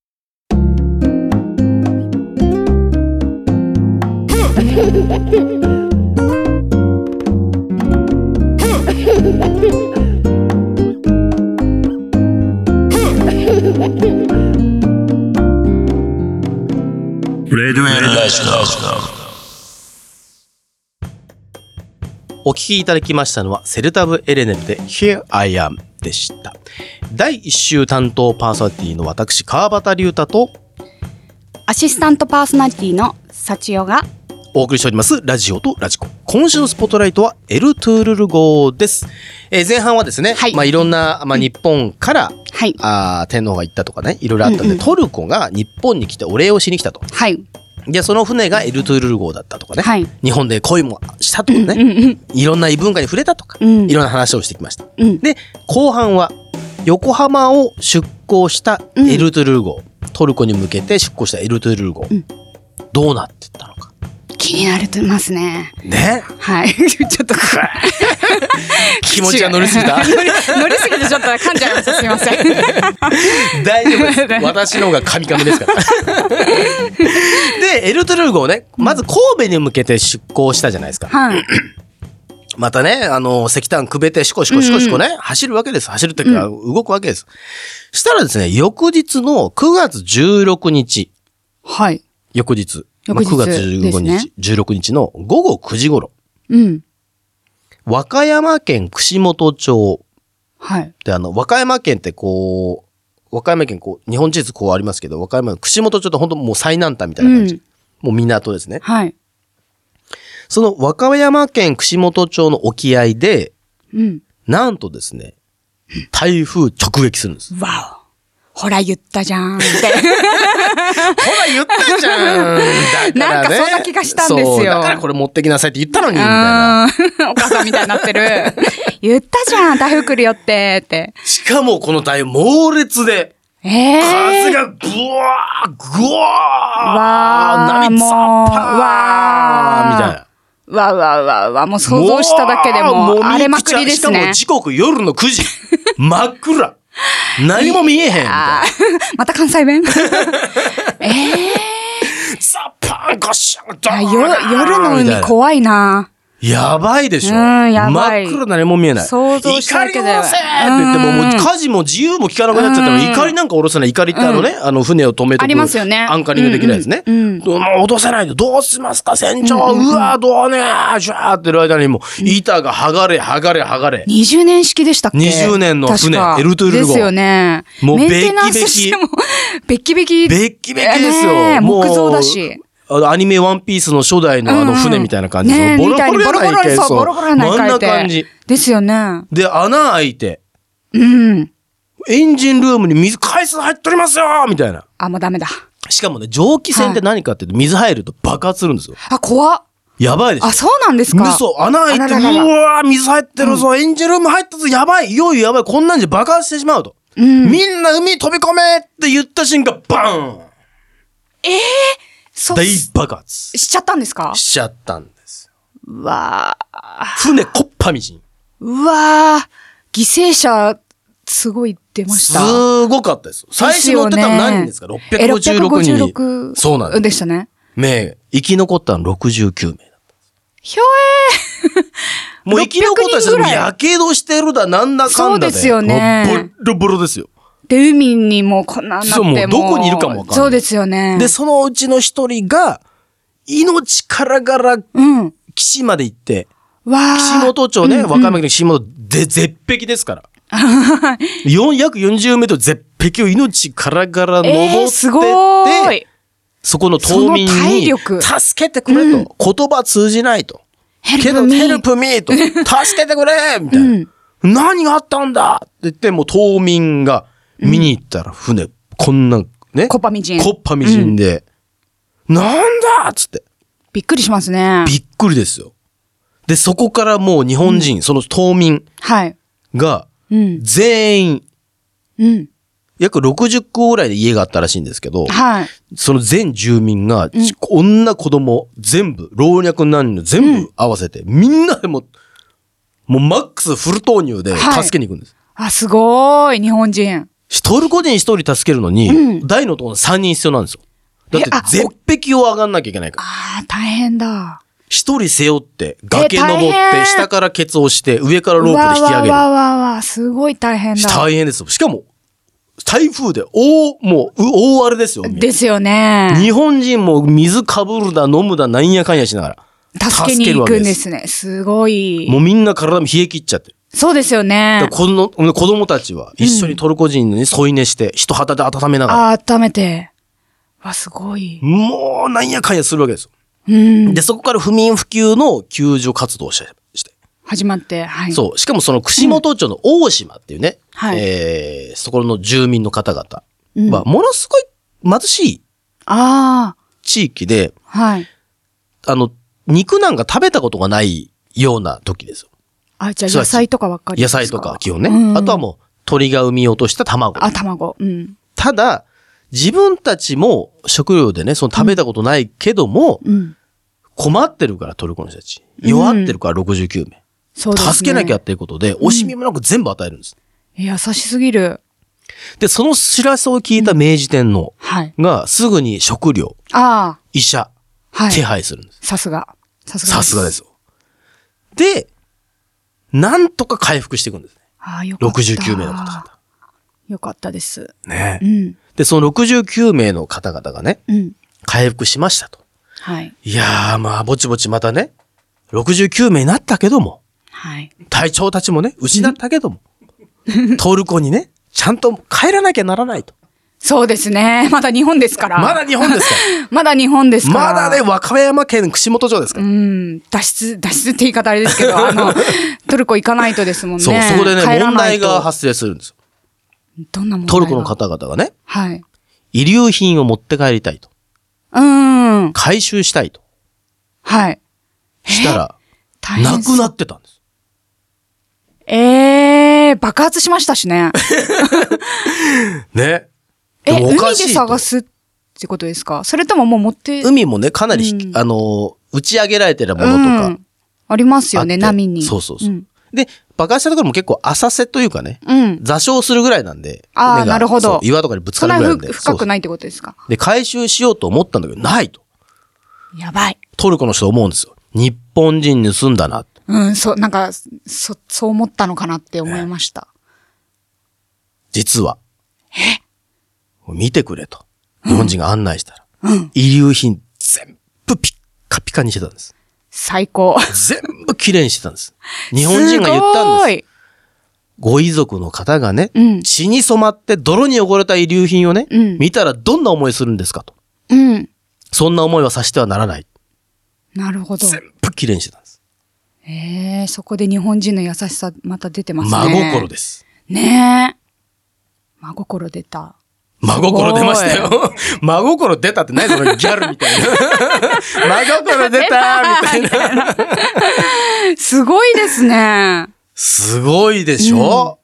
D: Red Whale Lifestyle.
B: お聞きいただきましたのは、セルタブ・エレネルで Here I Am でした。第1週担当パーソナリティの私、川端龍太と
C: アシスタントパーソナリティの幸代が、
B: お送りしております、ラジオとラジコ。今週のスポットライトは、エルトゥールル号です。えー前半はですね、
C: はい
B: まあいろんな、まあ日本から、
C: はい。
B: あー天皇が行ったとかね、いろいろあったんで、
C: うんうん
B: トルコが日本に来てお礼をしに来たと。
C: はい。
B: で、その船がエルトゥールル号だったとかね、
C: はい
B: 日本で恋もしたとかね、
C: うんうん。
B: いろんな異文化に触れたとか、
C: うん
B: いろんな話をしてきました。
C: うん
B: で、後半は、横浜を出港したエルトゥールル号、トルコに向けて出港したエルトゥールル号、
C: うん
B: どうなってったのか。
C: 気になるとますね。
B: ね
C: はい。 ちょっと、
B: 気持ちが乗りすぎた
C: 乗りすぎてちょっと噛んじゃいました。すいませ ん。
B: 大丈夫です。私の方がカミカミですから。 で、エルトゥルル号ね、まず神戸に向けて出港したじゃないですか。
C: はい。
B: またね、あの、石炭くべて、シコシコシコシコね、走るわけです。走るっていうか、動くわけです。したらですね、翌日の9月16日、
C: はい。
B: 翌日、
C: 翌日
B: まあ、9月15日、
C: ですね
B: 16日の午後9時頃、
C: うん。
B: 和歌山県串本町
C: はい。
B: で、あの、和歌山県ってこう、和歌山県こう、日本地図こうありますけど、和歌山の串本町って本当もう最南端みたいな感じ。もう港ですね。
C: はい。
B: その和歌山県串本町の沖合で、
C: うん。
B: なんとですね、台風直撃するんです。
C: わお。ほら言ったじゃんって。
B: ほら言ったじゃんだから、ね、
C: なんかそんな気がしたんですよ
B: そうだからこれ持ってきなさいって言ったのにみたいな。
C: うん。 お母さんみたいになっ てる。言ったじゃん、台風来るよって、って。
B: しかもこの台猛烈で、
C: ええー。
B: 風がブワー、グワ
C: わ
B: ー、
C: ー
B: 波ザッ
C: もう
B: パー
C: わー
B: みたいな。
C: わわわわ、もう想像しただけでも、荒れまくりです
B: もうみ
C: ね
B: くちゃ。しかも時刻夜の9時。真っ暗。何も見えへんみたいな。
C: あーまた 関西弁ええ
B: ザッパーンゴッシャンド
C: ー、
B: ーン
C: よ夜の
B: みたい
C: 海
B: な
C: 怖いな。
B: やばいでしょ。
C: うんやばい
B: 真っ暗何も見えない。
C: 想像しただけ
B: 怒り
C: で
B: を下ろせって言っても、
C: うん
B: もう火事も自由も効かなくなっちゃった
C: う
B: ら、
C: ん
B: 怒りなんか下ろせない。怒りってあのね、あの船を止めとく
C: ありますよね
B: アンカリングできないですね。
C: うんうん
B: もう落とせないで、どうしますか、船長。うわどうねー、じゃーってる間にもう、板が剥がれ、剥がれ、剥がれ。
C: 20年式でしたっけ
B: 20年の船
C: 確か
B: エルトゥールル号
C: ですよね。
B: もう
C: メンテナンスしても、ベッキベキ。
B: べっきべきです
C: ねえ
B: よ。もう
C: 木造だし。
B: あの、アニメワンピースの初代のあ
C: う
B: の
C: んうん
B: 船みたいな感じ
C: ねえ
B: の、
C: みたいにボロボロに、そう、ボロボロやない
B: 真
C: か
B: ん
C: い
B: な
C: て
B: 感じ。
C: ですよね。
B: で、穴開いて、
C: うん。
B: エンジンルームに水、海水入っとりますよみたいな。
C: あ、もうダメだ。
B: しかもね、蒸気船って何かっていうと、水入ると爆発するんですよ。
C: あ、怖っ。
B: やばいでしょ
C: あ、。そうなんですか
B: 嘘、穴開いて、
C: あららら
B: うわー、水入ってるぞ、エンジンルーム入ったぞ、やばい、いよいよやばい、こんなんじゃ爆発してしまうと。
C: うん
B: みんな海飛び込めって言った瞬間、バーン
C: そう
B: 大
C: し
B: 爆発
C: しちゃったんですか
B: しちゃったんですよ。
C: うわあ
B: 船こっぱみじん。
C: うわあ犠牲者、すごい出ました。
B: すごかったですよ。最初乗ってたの何人ですか ?656 人。そうなんで。
C: ですしたね。
B: ね生き残ったの69名だった。
C: ひょえー、
B: もう生き残った
C: 600人
B: 人
C: ぐ
B: も
C: らい
B: やけどしてるだ、なんだかんだで。
C: そうですよね
B: もうボロボロですよ。
C: で、海にもうこんなになって
B: そうも
C: も
B: うどこにいるかもわかんない
C: そうですよね。
B: で、そのうちの一人が、命からがら
C: うん。わ
B: 岸まで行って、
C: あ。
B: 岸本町ね、和歌山県の岸本、で、絶壁です から。4約40メートル絶壁を命からがら登
C: えー、すご
B: ってって
C: ー、い。
B: そこの島民
C: その体
B: に、
C: 力
B: 助けてくれと、言葉通じないと。
C: ヘ
B: け
C: ル
B: ど、
C: プミー
B: ヘルプミーと、助けてく れみたいな、何があったんだって言って、もう島民が見に行ったら船、こんな、ね。
C: コッパみじん
B: コッパみじんで、なんだっつって、
C: びっくりしますね。
B: びっくりですよ。で、そこからもう日本人、その島民
C: はい。
B: が、
C: うん。
B: 全員、
C: うん。
B: 約60個ぐらいで家があったらしいんですけど、
C: はい。
B: その全住民が、女子供全部、老若男女全部合わせて、みんなでも、もうマックスフル投入で
C: はい
B: 助けに行くんです。
C: あ、すごーい、日本人。
B: 一人個人一人助けるのに、
C: うん
B: 大のところ3人必要なんですよ。だって
C: えあ
B: 絶壁を上がんなきゃいけないから。
C: ああ、大変だ。
B: 一人背負って、崖
C: え
B: 登
C: 大変
B: って、下からケツを押して、上からロープで引き上げる
C: わ。わわわわ、すごい大変だ。
B: 大変ですよ。しかも、台風で、大、もう、う大荒れですよ。海
C: ですよね。
B: 日本人も水かぶるだ、飲むだ、なんやかんやしながら。
C: 助けに行くんですね。すごい。
B: もうみんな体も冷え切っちゃってる。
C: そうですよね
B: だ。からこの子供たちは一緒にトルコ人に添い寝して、人肌で温めながら、
C: あ温めて。わ、すごい。
B: もうなんやかんやするわけですよ。
C: うん。
B: で、そこから不眠不休の救助活動をして、して
C: 始まって、はい。
B: そう。しかもその串本町の大島っていうね、
C: はい
B: えー、そこの住民の方
C: うん
B: 々は、ものすごい貧しい
C: あ
B: 地域で、
C: あ、はい。
B: あの、肉なんか食べたことがないような時ですよ。
C: あ、じゃあ
B: そうだ
C: 野菜とかばっかりで
B: 野
C: すか
B: 菜とか基本ね。
C: うん
B: あとはもう鳥が産み落とした卵。
C: あ、卵。うん。
B: ただ、自分たちも食料でね、その食べたことないけども、
C: うん。
B: 困ってるからトルコの人たち。弱ってるから69名。
C: そうですね。
B: 助けなきゃっ。ていうことで、惜しみもなく全部与えるんです。
C: 優しすぎる。
B: で、その知らせを聞いた明治天皇
C: はい。
B: がすぐに食料、
C: あ
B: 医者、
C: あ、はい
B: 手。配するんです。
C: さすが。さすが。。
B: さすがですすよ。で、なんとか回復していくんですね。
C: ああ、よかった。
B: 69名の方々。
C: よかったです。
B: ね
C: う。ん。
B: で、その69名の方々がね、
C: うん。
B: 回復しましたと。
C: はい。
B: いやー、まあ、ぼちぼちまたね、69名になったけども、
C: はい。
B: 隊長たちもね、失ったけども、トルコにね、ちゃんと帰らなきゃならないと。
C: そうですね。 まだ日本ですから。
B: まだ日本です か
C: まだ日本ですから。
B: まだね、和歌山県串本町ですか
C: う
B: ら。
C: ん、脱出、脱出って言い方あれですけど、あの、トルコ行かないとですもんね。
B: そう、そこでね、
C: 帰ら
B: 問
C: ない
B: 題
C: と
B: が発生するんですよ。
C: どんな問題が
B: トルコの。方々がね、
C: はい。
B: 遺留品を持って帰りたいと。
C: うーん。
B: 回収したいと。
C: はい。
B: したら、
C: 大変
B: な
C: そう
B: くなってたんです。
C: えー、爆発しましたしね。
B: ね。で
C: え、
B: もお
C: 海
B: か
C: で
B: しいと
C: 探すってことですかそれとももう持って、
B: 海もね、かなり引き、
C: うん
B: あのー、打ち上げられてるものと
C: う
B: か
C: ん、あります
B: あっ
C: よ
B: て
C: ね、波に。
B: そうそうそう。
C: ん
B: で、爆発したところも結構浅瀬というかね、
C: うん。
B: 座礁するぐらいなんで、
C: あー
B: 船が
C: なるほど
B: そう岩とかにぶつ
C: そ
B: か
C: ん
B: る
C: な
B: ぐらいなんで。
C: ふ深く
B: い。
C: ないってことですか
B: で、回収しようと思ったんだけど、ないと。
C: やばい。
B: トルコの人は思うんですよ。日本人盗んだな。
C: うん、そう、なんか、そ、そう思ったのかなって思いました。
B: 実は。見てくれと。日本人が案内したら。遺留品全部ピッカピカにしてたんです。
C: 最高。
B: 全部綺麗にしてたんです。 日本人が言ったんです。
C: す
B: ご遺族の方がね、
C: うん
B: 血に染まって泥に汚れた遺留品をね、
C: うん
B: 見たらどんな思いするんですかと。
C: ごい。うん。
B: そんな思いはさせてはならない。
C: なるほど。
B: 全部綺麗にしてたんです。
C: ええそこで日本人の優しさ、また出てますね。
B: 真心です。
C: ねえ。真心出た。
B: 真心出ましたよ。真心出たってないのギャルみたい な。真心出たみたいな。
C: すごいですね。
B: すごいでしょ、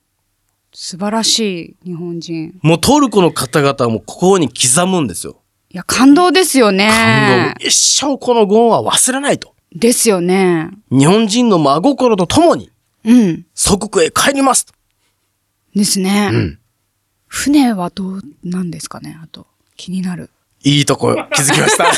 C: 素晴らしい、日本人。
B: もうトルコの方々はもうここに刻むんですよ。
C: いや、感動ですよ
B: 感
C: ね。
B: 動。一生このゴンは忘れないと。
C: ですよね。
B: 日本人の真心とともに
C: うん。
B: 祖国へ帰りますと。
C: ですね。
B: ん
C: 船はどうなんですかね、あと。気になる。
B: いいとこ気づきました。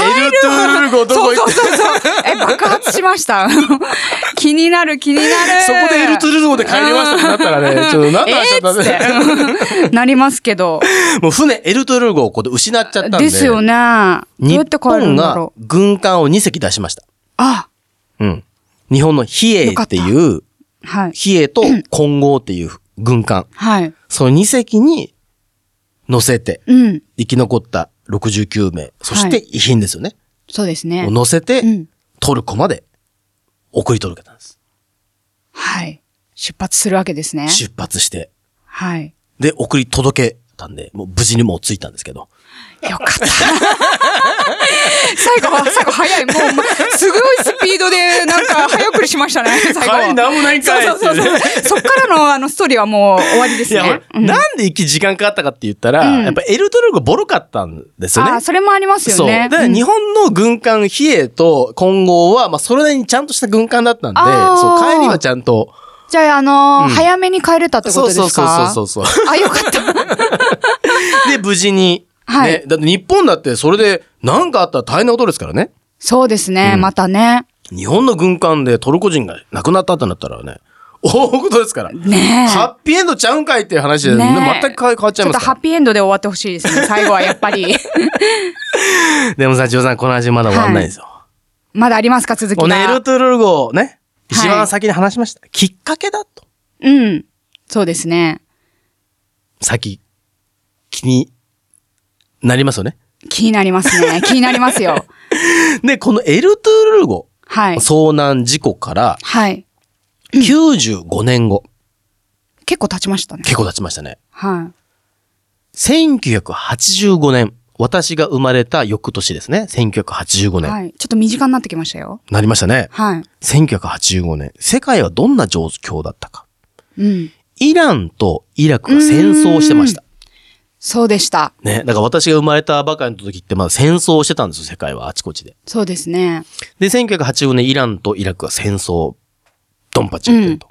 B: エルトゥールゴど
C: そ
B: こ
C: う
B: 行
C: そ
B: っ
C: う
B: て
C: そうそう。え、爆発しました。 気になる、気になる。
B: そこでエルトゥールゴで帰りましたってなったらね、ちょっと何の話だったんだ
C: えーっつってなりますけど。
B: もう船エルトゥールゴをここで失っちゃったんで。
C: ですよね。どうやっ
B: 日
C: て帰る
B: 本
C: んだ
B: が
C: ろう。
B: 軍艦を2隻出しました。
C: あ、
B: うん。日本の比叡っていう、
C: はい。
B: 比叡と金剛っていう軍艦。
C: はい。
B: その2隻に乗せて、
C: うん。
B: 生き残った69名、そして遺品ですよね。
C: そうです
B: を
C: ね。
B: 乗せて、
C: うん。
B: トルコまで送り届けたんです。
C: はい。出発するわけですね。
B: 出発して。
C: はい。
B: で、送り届けたんで、もう無事にもう着いたんですけど。
C: よかった。最後は、最後早い。もう、ま、すごいスピードで、なんか、早送りしましたね、最後は。
B: 帰りなんもないんかい
C: そうそうそうそう。そっからの、あの、ストーリーはもう終わりです
B: いや、ほ
C: ね
B: ら。
C: うん
B: なんで行き時間かかったかって言ったら、
C: うん
B: やっぱエルトルコボロかったんですよね。
C: あ、それもありますよね。
B: そう。で、
C: うん
B: 日本の軍艦、比叡と金剛は、まあ、それなりにちゃんとした軍艦だったんで、
C: あー
B: そう、帰りはちゃんと。
C: じゃあ、あのー
B: うん
C: 早めに帰れたってこ
B: そ
C: と
B: う
C: です
B: そう
C: か
B: そうそうそう。
C: あ、よかった。
B: で、無事に。
C: はい
B: ね。だって日本だってそれで何かあったら大変なことですからね。
C: そうですね、
B: うん
C: またね。
B: 日本の軍艦でトルコ人が亡くなったってなったらね、大事ですから。
C: ねえ。
B: ハッピーエンドちゃうんかいっていう話で、
C: ね
B: ね、全く変わっちゃい
C: ちょっ
B: ま
C: と
B: す
C: ハッ
B: か
C: ピーエンドで終わってほし いですね。最後はやっぱり。
B: ら。でもさ、ジョーさん、この話まだ終わんないんですよ。
C: まだありますか続き
B: このエル
C: が。
B: トゥルゴをね、
C: はい
B: 一番先に話しました。きっかけだと。
C: うん。そうですね。
B: 先、気になりますよね。
C: 気になりますね。気になりますよ。
B: で、このエルトゥルゴ、
C: はい。
B: 遭難事故から
C: はい。
B: 95年後、
C: 結構経ちましたね。
B: 結構経ちましたね。
C: は
B: 1985年、私が生まれた翌年ですね。1985
C: い。
B: 年。
C: はい。ちょっと身近になってきましたよ。
B: なりましたね。
C: はい。
B: 1985年、世界はどんな状況だったか。
C: うん。
B: イランとイラクが戦争をしてました。
C: そうでした。
B: ね。だから私が生まれたばかりの時ってまだ戦争をしてたんですよ、世界はあちこちで。
C: そうですね。
B: で、1985年イランとイラクが戦争をドンパチやってると。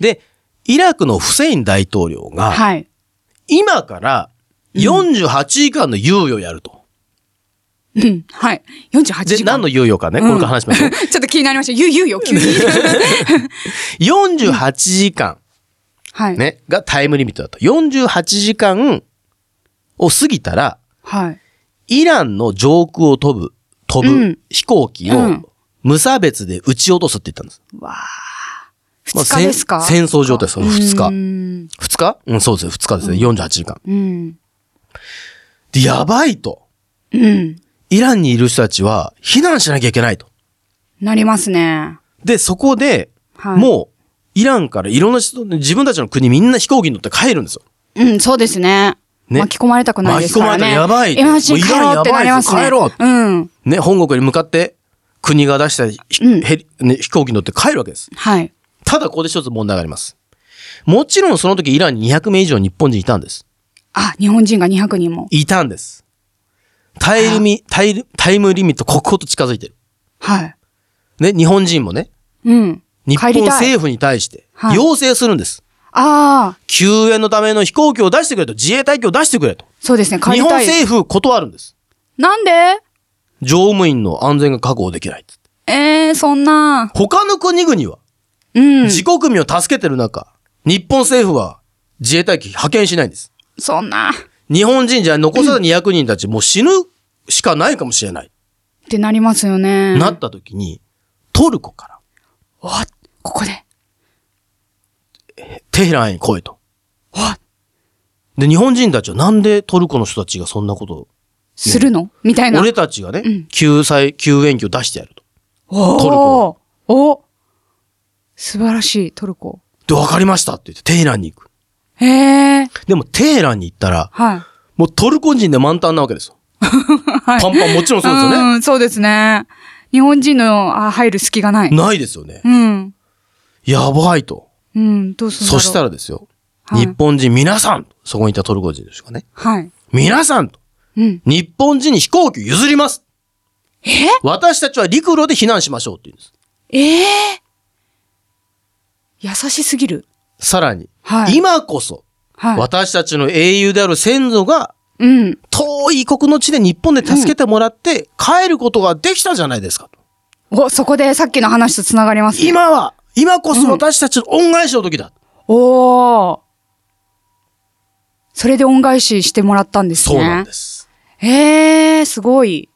B: で、イラクのフセイン大統領が、
C: はい。
B: 今から48時間の猶予をやると。
C: うん。はい。48
B: で、
C: 時間。
B: 何の猶予かね、これから話しましょ う。
C: ちょっと気になりました。言う言うよ、急に。
B: 48時間、
C: はい。
B: ね、がタイムリミットだと。48時間を過ぎたら、
C: はい。
B: イランの上空を飛ぶ、飛
C: う
B: ぶ
C: ん
B: 飛行機
C: う
B: を
C: ん
B: 無差別で撃ち落とすって言ったんです。
C: わあ。
B: まあ
C: 2日ですか、
B: 戦争状態です、その2
C: う
B: 日。
C: ん
B: 2日うん、そうですね、2日ですね、48時間。
C: うん。
B: で、やばいと。
C: うん。
B: イランにいる人たちは避難しなきゃいけないと。
C: なりますね。
B: で、そこで、
C: はい
B: もう、イランからいろんな人、自分たちの国みんな飛行機に乗って帰るんですよ。
C: うん、そうですね。
B: ね
C: 巻き込まれたくないですからね。
B: 巻き込まれたらやばい
C: 今のうちに帰ろうってなりますね。
B: もうイランやばいぞ帰
C: うん。
B: ね、本国に向かって、国が出したひ、
C: うん
B: ヘリね、飛行機に乗って帰るわけです。
C: はい。
B: ただ、ここで一つ問題があります。もちろんその時イランに200名以上日本人いたんです。
C: あ、日本人が200人も。
B: いたんです。タイルミ、タイル、タイムリミット国庫と近づいてる。
C: はい。
B: ね、日本人もね、
C: うん。
B: 日本
C: 帰りたい。
B: 政府に対して
C: はい
B: 要請するんです。
C: ああ、
B: 救援のための飛行機を出してくれと、自衛隊機を出してくれと。
C: そうですね。帰
B: 日
C: り
B: 本
C: たい。
B: 政府断るんです。
C: なんで
B: 乗務員の安全が確保できないっつって。
C: ええー、そんな。
B: 他の国々は
C: うん。
B: 自国民を助けてる中、日本政府は自衛隊機派遣しないんです。
C: そんな。っ
B: 日本人じゃ残さず200人たちもう死ぬしかないかもしれない。
C: てなりますよね。
B: なった時に、トルコか
C: わここで。
B: らテヘランへ来いと。
C: わ
B: で、日本人たちはなんでトルコの人たちがそんなことを、
C: するのみたいな。
B: 俺たちがね、
C: うん
B: 救済、救援機を出してやると。
C: おー
B: トルコ。
C: お素晴らしい、トルコ。
B: で、わかりましたって言ってテヘランに行く。
C: へえ。
B: でもテヘランに行ったら、
C: はい。
B: もうトルコ人で満タンなわけですよ。
C: はい
B: パンパンもちろんそうですよね。
C: ん、そうですね。日本人のあ入る隙がない。
B: ないですよね。
C: うん。
B: やばいと。
C: うん、どうするんだろ。
B: そうしたらですよ。
C: はい
B: 日本人皆さんそこにいたトルコ人でしょうかね。
C: はい。
B: 皆さんと
C: うん。
B: 日本人に飛行機を譲ります
C: え
B: 私たちは陸路で避難しましょうって言うんです。
C: ええ優しすぎる。
B: さらに、
C: はい
B: 今こそ、
C: はい。
B: 私たちの英雄である先祖が、
C: うん。
B: 遠い異国の地で日本で助けてもらって、帰ることができたじゃないですかと。
C: お、そこでさっきの話とつながりますね。
B: 今は、今こそ私たちの恩返しの時だ。
C: おー。それで恩返ししてもらったんですね。
B: そうなんです。
C: ええすごい。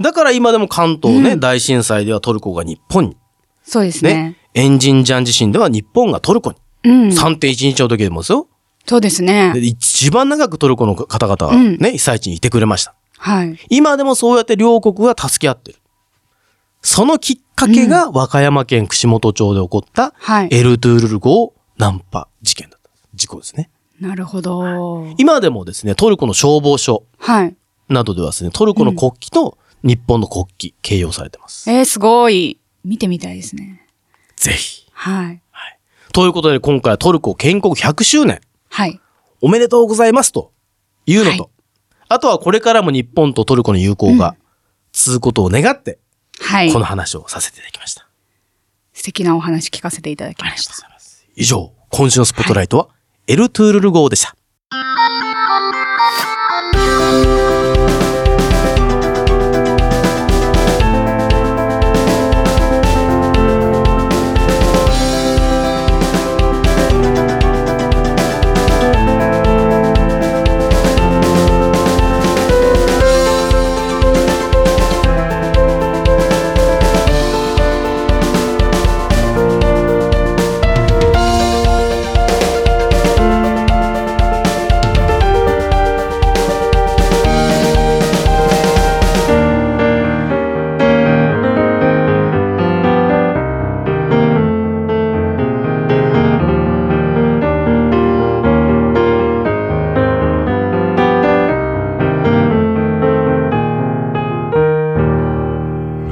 B: だから今でも関東ね、
C: うん
B: 大震災ではトルコが日本に、
C: そうです
B: ね
C: ね。、
B: エンジンジャン地震では日本がトルコに、
C: うん。
B: 3.1日の時でもですよ、
C: そうです
B: で
C: ね。
B: 一番長くトルコの方々はね、被災地にいてくれました。
C: はい。
B: 今でもそうやって両国が助け合ってる。そのきっかけが和歌山県串本町で起こった
C: はい、
B: エルトゥールル号ナンパ事件だった。事故ですね。
C: なるほど。
B: 今でもですね、トルコの消防署
C: はい。
B: などではですね、トルコの国旗と日本の国旗、形容されてます。
C: えー、すごい。見てみたいですね。
B: ぜひ。
C: はい。
B: ということで、今回はトルコ建国100周年、
C: はい。
B: おめでとうございますというのと、
C: は
B: あとはこれからも日本とトルコの友好が続くことを願って、
C: はい
B: こ。の話をさせていただきました。
C: 素敵なお話聞かせていただきました。
B: 以上、今週のスポットライトは、エルトゥールル号でした。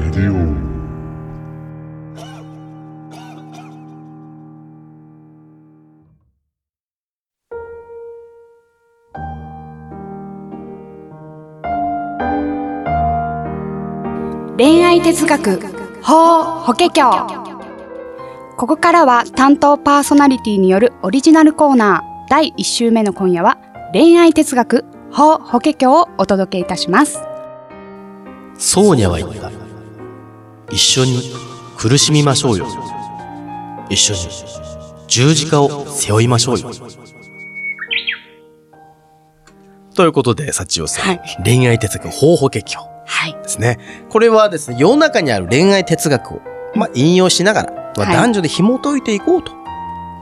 D: Radio.
E: 恋愛哲学
C: 法法華経
E: ここからは担当パーソナリティによるオリジナルコーナー第1週目の今夜は恋愛哲学法法華経をお届けいたします
B: ソーニャは言った。一緒に苦しみましょうよ。一緒に十字架を背負いましょうよ。ということで、幸代さん、
C: はい
B: 恋愛哲学、方法結教
C: はい。
B: ですね。これはですね、世の中にある恋愛哲学を、まあ、引用しながら、まあ、
C: はい
B: 男女で紐解いていこうと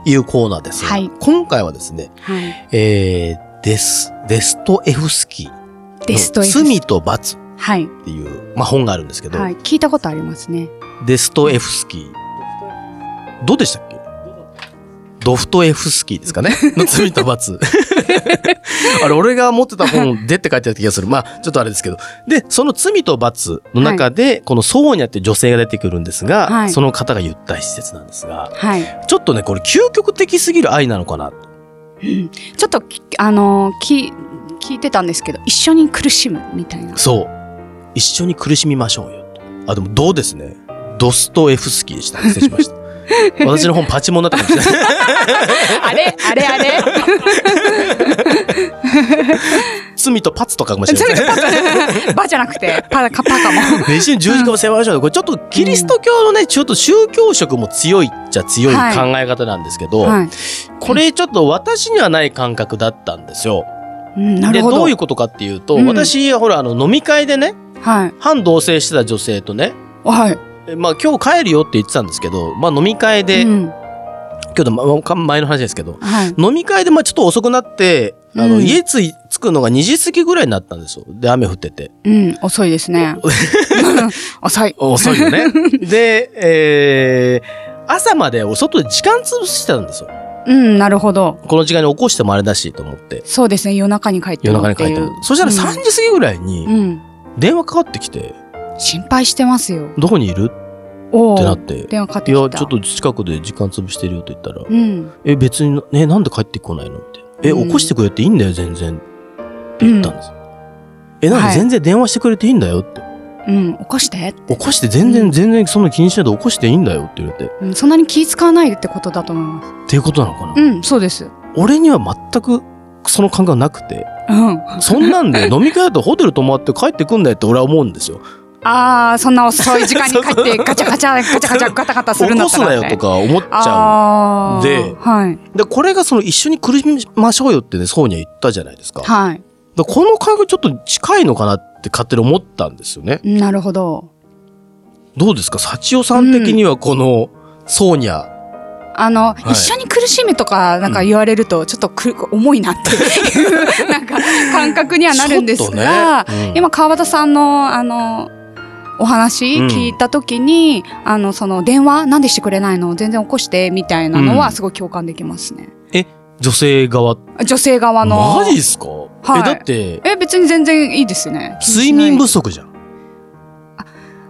B: いうコーナーですが、
C: はい
B: 今回はですね、
C: はい。
B: えーデス、デストエフスキーの
C: デストエフス
B: 罪と罰っ
C: はい。
B: ていう、まあ、本があるんですけど、
C: はい。聞いたことありますね。
B: デストエフスキー。どうでしたっけドフトエフスキーですか ねの罪と罰。あれ、俺が持ってた本でって書いてあった気がする。まあ、ちょっとあれですけど。で、その罪と罰の中で、このソーニャって女性が出てくるんですが、
C: はい
B: その方が言った施設なんですが、
C: はい。
B: ちょっとね、これ究極的すぎる愛なのかな。
C: ちょっとき、あのー、き、聞いてたんですけど、一緒に苦しむみた いな。
B: そう。一緒に苦しみましょうよ。あ、でも、どうですね。ドストエフスキーでした。失礼しま した。私の本パチモンだったかもしれない。
C: あれあれあ れ
B: 罪とパツとかかもしれない。
C: バじゃなくて、パカパカ も。
B: 一瞬十字架を背負いましょうねこれちょっとキリスト教のね、ちょっと宗教色も強いっちゃ強い考
C: はい
B: え方なんですけど、
C: はい。
B: これちょっと私にはない感覚だったんですよ。
C: うん、なるほ
B: で、
C: ど。
B: どういうことかっていうと、
C: うん
B: 私、ほら、あの、飲み会でね、
C: はい。
B: 反同棲してた女性とね、
C: はい。
B: えまあ今日帰るよって言ってたんですけど、まあ飲み会で、
C: うん、
B: 今日の、ま、前の話ですけど、
C: はい。
B: 飲み会でまあちょっと遅くなって、あの、
C: うん
B: 家つい、着くのが2時過ぎぐらいになったんですよ。で、雨降ってて。
C: うん、遅いです ね。遅い。
B: 遅いよね。 で、えー、朝までお外で時間潰してたんですよ。
C: うん、なるほど。
B: この時間に起こしてもあれだしと思って。
C: そうですね、夜中に帰って
B: 夜
C: も
B: 中
C: ら
B: に
C: って
B: 帰って
C: い
B: も
C: う。
B: そしたら3時過ぎぐらいに
C: うん。
B: 電話かかってきて、
C: うん心配してますよ。
B: どこにいるっ
C: おお。
B: てなって、いや、ち
C: 電話かかってき
B: ょ
C: た。
B: っと近くで時間潰してるよって言ったら、
C: うん。
B: え、別に、ね、なんで帰ってこないのって。え、
C: うん
B: 起こしてくれていいんだよ、全然。って言ったんです。え、なん
C: は
B: で
C: い
B: 全然電話してくれていいんだよって。
C: うん、起こしてって、
B: 起こして全然、
C: うん
B: 全然そんな気にしないで起こしていいんだよって言われて。っ
C: うんそんなに気使わないってことだと思います。
B: ていうことなのかな、
C: うん、そうです。
B: 俺には全くその感覚なくて、
C: うん。
B: そんなん で飲み会だとホテル泊まって帰ってくんだよって俺は思うんですよ。
C: ああ、そんな遅い時間に 帰ってガチャガチャ、ガチャガチャ、ガタガタす
B: 起
C: るんだ
B: こ
C: った
B: す
C: ら
B: なよと。か思っちゃ
C: ああ。
B: で
C: はい。
B: う。で、これがその一緒に苦しみましょうよってね、そうには言ったじゃないですか。だか
C: はい。
B: らこの感覚ちょっと近いのかなって勝手に思ったんですよね。
C: なるほど。
B: どうですか幸代さん的にはこの、ソーニャ。
C: あの、
B: い
C: 一緒に苦しむとか、なんか言われると、ちょっとく、重いなって いう、なんか、感覚にはなるんですが、
B: ちょっとねうん
C: 今、川端さんの、あの、お話
B: うん
C: 聞いたときに、あの、その、電話、なんでしてくれないの全然起こして、みたいなの
B: うん
C: は、すごい共感できますね。
B: 女性側。
C: 女性側の。
B: マジですか、
C: い
B: え、だって、
C: え、別に全然いいですね。気
B: 睡
C: にしない
B: 眠不足じゃん。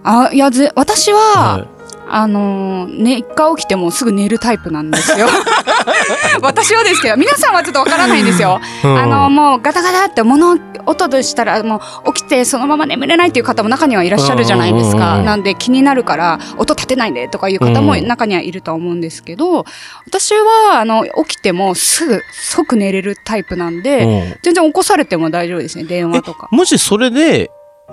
C: あ、いや、ぜ私は、
B: はい
C: あのーね、一回起きてもすぐ寝るタイプなんで すよ。私はですけど、皆さんはちょっとわからないんですよ。
B: うん
C: あの、もうガタガタって物音でしたら、もう起きてそのまま眠れないっていう方も中にはいらっしゃるじゃないで
B: う
C: す
B: んうんうん
C: か。
B: うん
C: なんで気になるから、音立てないでとかいう方も
B: うん
C: 中にはいるとは思うんですけど、私は、あの、起きてもすぐ、即寝れるタイプなんで、
B: うん
C: 全然起こされても大丈夫ですね、電話とか。
B: もしそれで、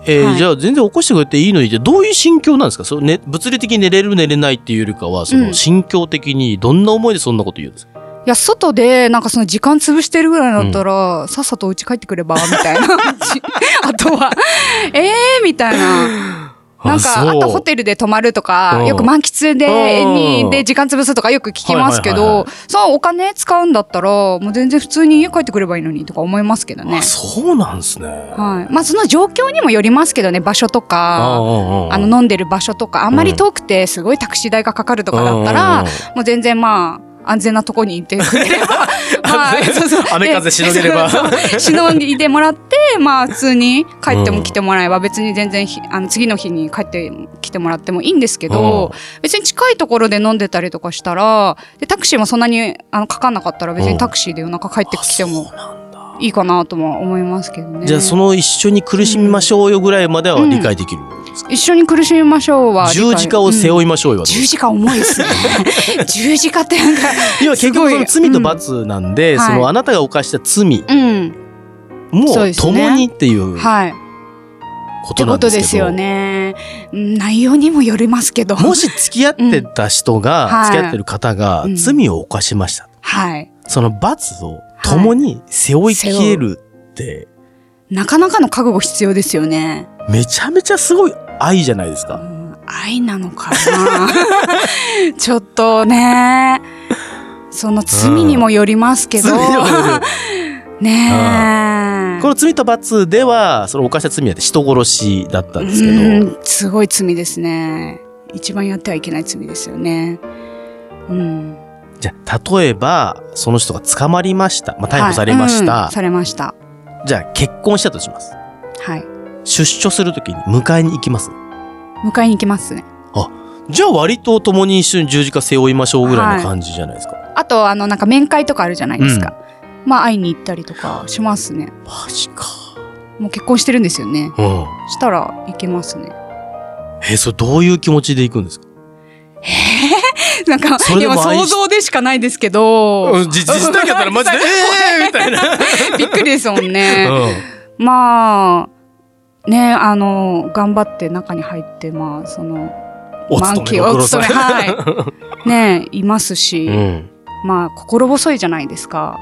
B: えー
C: はい
B: じゃあ全然起こしてくれていいのにってどういう心境なんですかその、ね、物理的に寝れる寝れないっていうよりかはそうの
C: ん
B: 心境的にどんな思いでそんなこと言うんですか、
C: いや、外で、なんかその時間潰してるぐらいだった ら、さっさと家帰ってくれば、みたいな感じ。あとは、ええー、みたいな。なんか、あとホテルで泊まる
B: う
C: と
B: ん
C: か、よく満喫で、
B: うん
C: に、で、時間潰すとかよく聞きますけ
B: はいはいはい
C: ど、そう、お金使うんだったら、もう全然普通に家帰ってくればいいのに、とか思いますけど
B: ル
C: ね
B: あ。そうなんですね。
C: はい。まあ、その状況にもよりますけどね、場所とか、あ
B: あ
C: の、飲んでる場所とか、あんまり遠くて、すごいタクシー代がかかるとかだったら、もう全然まあ、安全なとこにいてくれれば、 まあ、そうそう
B: 雨風しのげれば
C: そうそうしのいでもらって、まあ、普通に帰っても来てもらえば、別に全然ひ、あの、次の日に帰ってきてもらってもいいんですけど、別に近いところで飲んでたりとかしたら、で、タクシーもそんなに、あの、かかんなかったら、別にタクシーで夜中帰ってきてもいいかなとも思いますけどね。
B: じゃあその一緒に苦しみましょうよぐらいまでは
C: うん
B: 理解できるんですか、
C: 一緒に苦しみましょうは。
B: 十字架を背負
C: い、
B: いましょう よ、
C: 十字架重 いですね。十字架ってなんか、
B: 要は結
C: すご
B: 局
C: い
B: その罪と罰なんで、
C: うん
B: そ
C: は
B: の
C: い
B: あなたが犯した罪
C: うん、
B: も
C: そうですね
B: 共にっていう
C: はい。
B: こ
C: って
B: とな
C: こ
B: んで
C: と
B: すけど
C: ですよね。うん内容にもよりますけど。
B: もし付き合ってた人が、
C: うんはい
B: 付き合ってる方が
C: うん
B: 罪を犯しました。
C: はい。
B: その罰を共に背負いきれるって、
C: なかなかの覚悟必要ですよね。
B: めちゃめちゃすごい愛じゃないです
C: う
B: か。
C: ん愛なのか なちょっとね、その罪にもよりますけど、ねえ。
B: この罪と罰では、その犯した罪は人殺しだったんですけ
C: う
B: ど、
C: んすごい罪ですね。一番やってはいけない罪ですよね。うん。
B: じゃあ、例えば、その人が捕まりました。まあ、逮捕されまし
C: はい
B: た
C: うん。されました。
B: じゃあ、結婚したとします。
C: はい。
B: 出所するときに迎えに行きます。
C: 迎えに行きますね。
B: じゃあ、割と共に一緒に十字架背負いましょうぐらいの感じじゃないですか。
C: あと、あの、なんか面会とかあるじゃないですか。まあ、会いに行ったりとかしますね。
B: マジか。
C: もう結婚してるんですよね。
B: うん。
C: したら行けますね。
B: え、それどういう気持ちで行くんですか
C: なんか
B: そ、れで
C: 今
B: も愛し
C: 想像でしかないですけど。
B: 実体験だったらマジで、 えーみたいな。
C: びっくりですもんね。
B: うん。
C: まあ、ね、あの、頑張って中に入って、まあ、その、
B: お勤
C: 満
B: め
C: 期
B: ご苦
C: を
B: 労さ
C: 務
B: ん
C: め、 はい。ね、いますし、
B: うん。
C: まあ、心細いじゃないですか。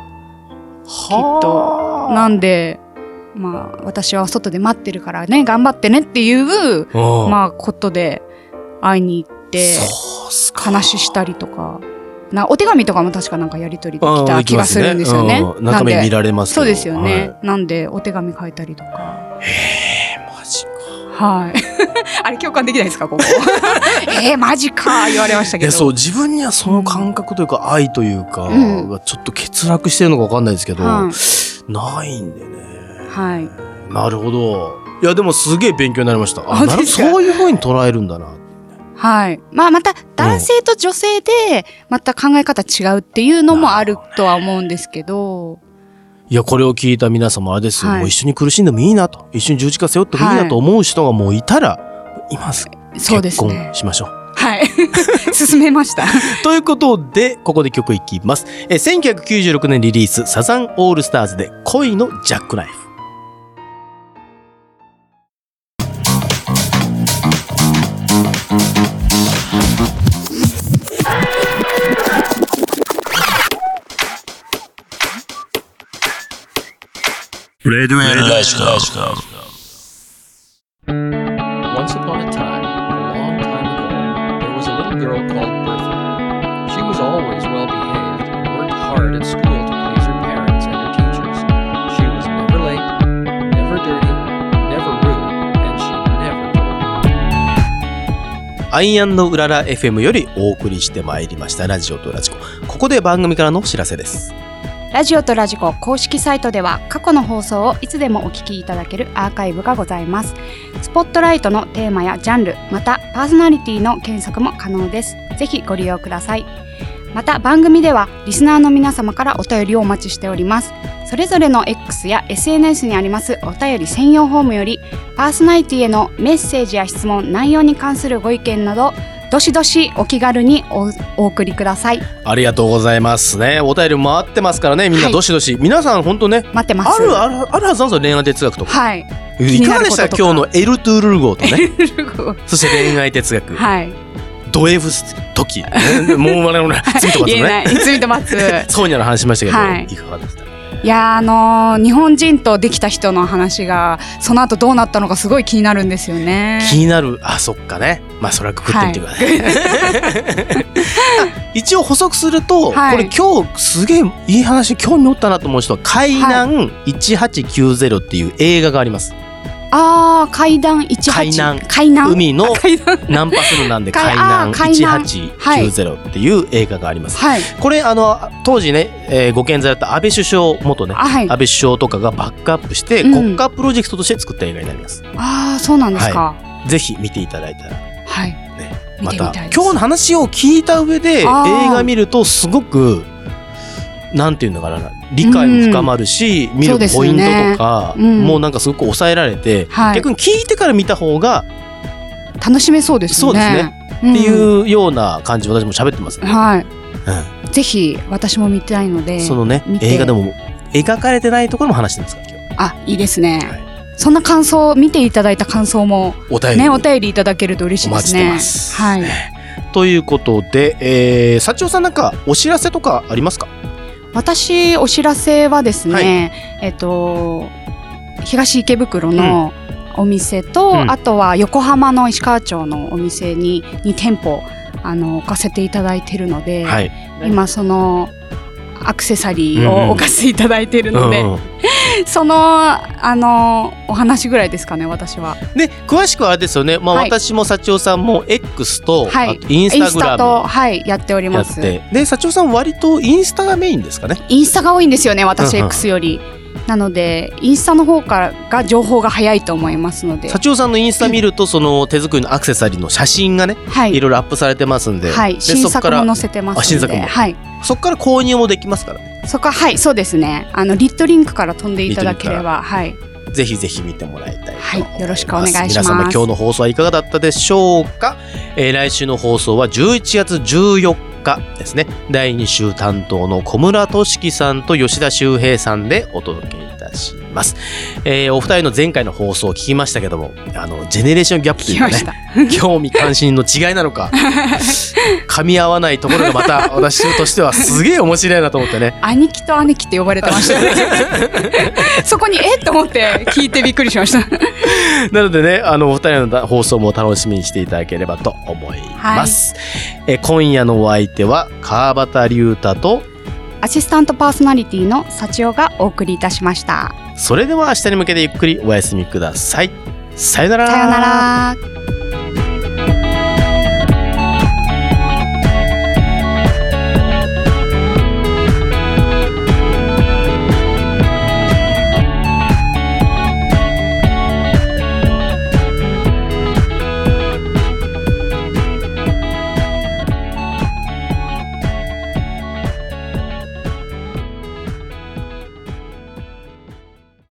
B: き
C: きっと。なんで、まあ、私は外で待ってるからね、頑張ってねっていう、
B: まあ、
C: まあ、ことで会いに行って、
B: そうっすか。
C: 話したりとか。なお手紙とかも確かなんかやり取りでき
B: あー
C: た
B: でき
C: 気
B: ま
C: が
B: す
C: す
B: ね
C: るんですよね。
B: うん
C: な
B: 中
C: ん
B: 身見
C: で、
B: られますけ
C: そ
B: ど
C: うですよ
B: は
C: ね
B: い。
C: なんで、お手紙書いたりとか。
B: マジか。
C: はい。 あれ共感できないですか、ここ。えー、マジか言われました
B: い
C: け
B: や、
C: ど。
B: そう、自分にはその感覚というか、愛というか、
C: うん
B: がちょっと欠落してるのかわかんないですけど、
C: は
B: ないんでね。
C: はい。
B: なるほど。いや、でもすげえ勉強になりました。あ、
C: 本
B: な
C: 当
B: る
C: ですか
B: そういう風に捉えるんだな。
C: はい。まあ、また、男性と女性で、また考え方違うっていうのもあるとは思うんですけど、
B: いや、これを聞いた皆様あれですよ、
C: はい
B: もう一緒に苦しんでもいいなと、一緒に十字架背負ってもいいなと思う人がもういたら、今すぐ
C: そうで
B: 結
C: すね
B: 婚。しましょう。
C: はい。 進めました。
B: ということで、ここで曲いきます。えー、1996年リリース、サザンオールスターズで恋のジャックナイフ。
D: レデュエラジオ
F: Once upon a time, a long time ago, there was a little girl called Bertha. She was always well behaved and worked hard at school to please her parents and her teachers. She was never late, never dirty, never rude, and she never told.
B: アイアンのうらら FM よりお送りしてまいりましたラジオとラジコここで番組からのお知らせです
E: ラジオとラジコ公式サイトでは過去の放送をいつでもお聞きいただけるアーカイブがございます。スポットライトのテーマやジャンル、またパーソナリティの検索も可能です。ぜひご利用ください。また番組ではリスナーの皆様からお便りをお待ちしております。それぞれの X や SNS にありますお便り専用フォームよりパーソナリティへのメッセージや質問、内容に関するご意見などどしどしお気軽におお送りください。
B: ありがとうございますねお便りも回ってますからねみんな
E: はい
B: どしどし、皆さん本当ね
E: 待ってます。
B: あるあるあるはずなんですよ恋愛哲学とか
C: はい。
B: い
C: に
B: か
C: な
B: がで
C: るこ
B: し
C: と
B: た
C: とか
B: 今日のエルトゥールルゴとねそして恋愛哲学、
C: はい。
B: ドエフ時、 ね、もう我々の罪とか
C: 言えな
B: ね
C: い。ついて ます。
B: ソーニャの話しましたけど、
C: はい
B: い、かがでした
C: いやー、あのー日本人とできた人の話が、その後どうなったのかすごい気になるんですよね。
B: 気になるあそっかねまあそれはくくってみてください、 一応補足すると、
C: はい
B: これ今日すげえいい話興味持ったなと思う人は「海南1890」っていう映画があります
C: あー、階段18。
B: 海南
C: 階段
B: 海の
C: 階段
B: ナンパするなんで「
C: 海
B: 海南
C: あ海南
B: 1890」っていう映画があります、
C: はい。
B: これあの当時ね、えーご健在だった安倍首相元ね
C: あ、は
B: 安
C: い。
B: 倍首相とかがバックアップして
C: うん
B: 国家プロジェクトとして作った映画になります、
C: あー、そうなんですか。
B: ぜひ見ていただいたら
C: はい。見
B: ま
C: てみ
B: た
C: たいです。
B: 今日の話を聞いた上で映
C: あー
B: 画見るとすごくなんていうのかな理解も深まるし、見
C: そ
B: る
C: うです
B: ポ
C: よ
B: イント
C: ね
B: とか
C: うん
B: もうなんかすごく抑えられて、
C: はい
B: 逆に聞いてから見た方がっ
C: 楽しめそうですね。
B: そうですね。
C: って
B: ていうような感じ、私も喋ってますね、
C: はい。
B: う
C: ぜひ私も見たいので
B: ん、そのね
C: 見て
B: 映画でも描かれてないところも話してるんですから今
C: あいいですね、
B: は
C: そんな感想見ていただいた感想も
B: 日お便り
C: ねお便りいただけると嬉し
B: お
C: いで
B: 待ち
C: す
B: して
C: ね
B: ます、
C: はい
B: ということで、えー、幸男さんなんかお知らせとかありますか
C: 私お知らせはですね、えっと東池袋の、お店と、
B: うん
C: あとは横浜の石川町のお店に2店舗あの置かせていただいてるので、
B: はい。
C: 今そのアクセサリー
B: うんうん
C: を置かせていただいてるので、
B: うんうん
C: そのあのお話ぐらいですかね私は。
B: で詳しくはあれですよね、まあ、
C: はい
B: 私も幸男さんも X と、
C: はい
B: あとインスタグラ
C: と、
B: ム
C: はい、やっており
B: や
C: ま
B: っ
C: す。
B: てで幸男さん割とインスタがメインですかね
C: インスタが多いんですよね
B: う
C: 私
B: んうん
C: X より。なのでインスタの方からが情報が早いと思いますので、
B: 幸男さんのインスタ見るとその手作りのアクセサリーの写真がね
C: はいい、
B: ろいろアップされてますんで,、
C: はい、
B: で
C: 新
B: そこ
C: 作
B: から
C: も載せてますので、
B: あ新作も
C: はい、
B: そこから購入もできますからね
C: そこははいそうですねあのリットリンクから飛んでいただければはい
B: ぜひぜひ見てもらいたいと思います、
C: はいよろしくお願いします
B: 皆様今日の放送はいかがだったでしょうか、えー来週の放送は11月14日ですね第2週担当の小村俊樹さんと吉田修平さんでお届けいたします、えーお二人の前回の放送を聞きましたけどもあのジェネレーションギャップとい
C: 来
B: うか
C: まし
B: ね
C: た、
B: 興味関心の違いなの か噛み合わないところがまた私としてはすげえ面白いなと思ってね
C: 兄貴と姉貴って呼ばれてましたねそこにえっと思って聞いてびっくりし ました
B: なのでねあのお二人の放送も楽しみにしていただければと思います、え今夜のお相手は川端龍太と
C: アシスタントパーソナリティの幸男がお送りいたしました
B: それでは明日に向けてゆっくりお休みくださいさよなら
C: さようなら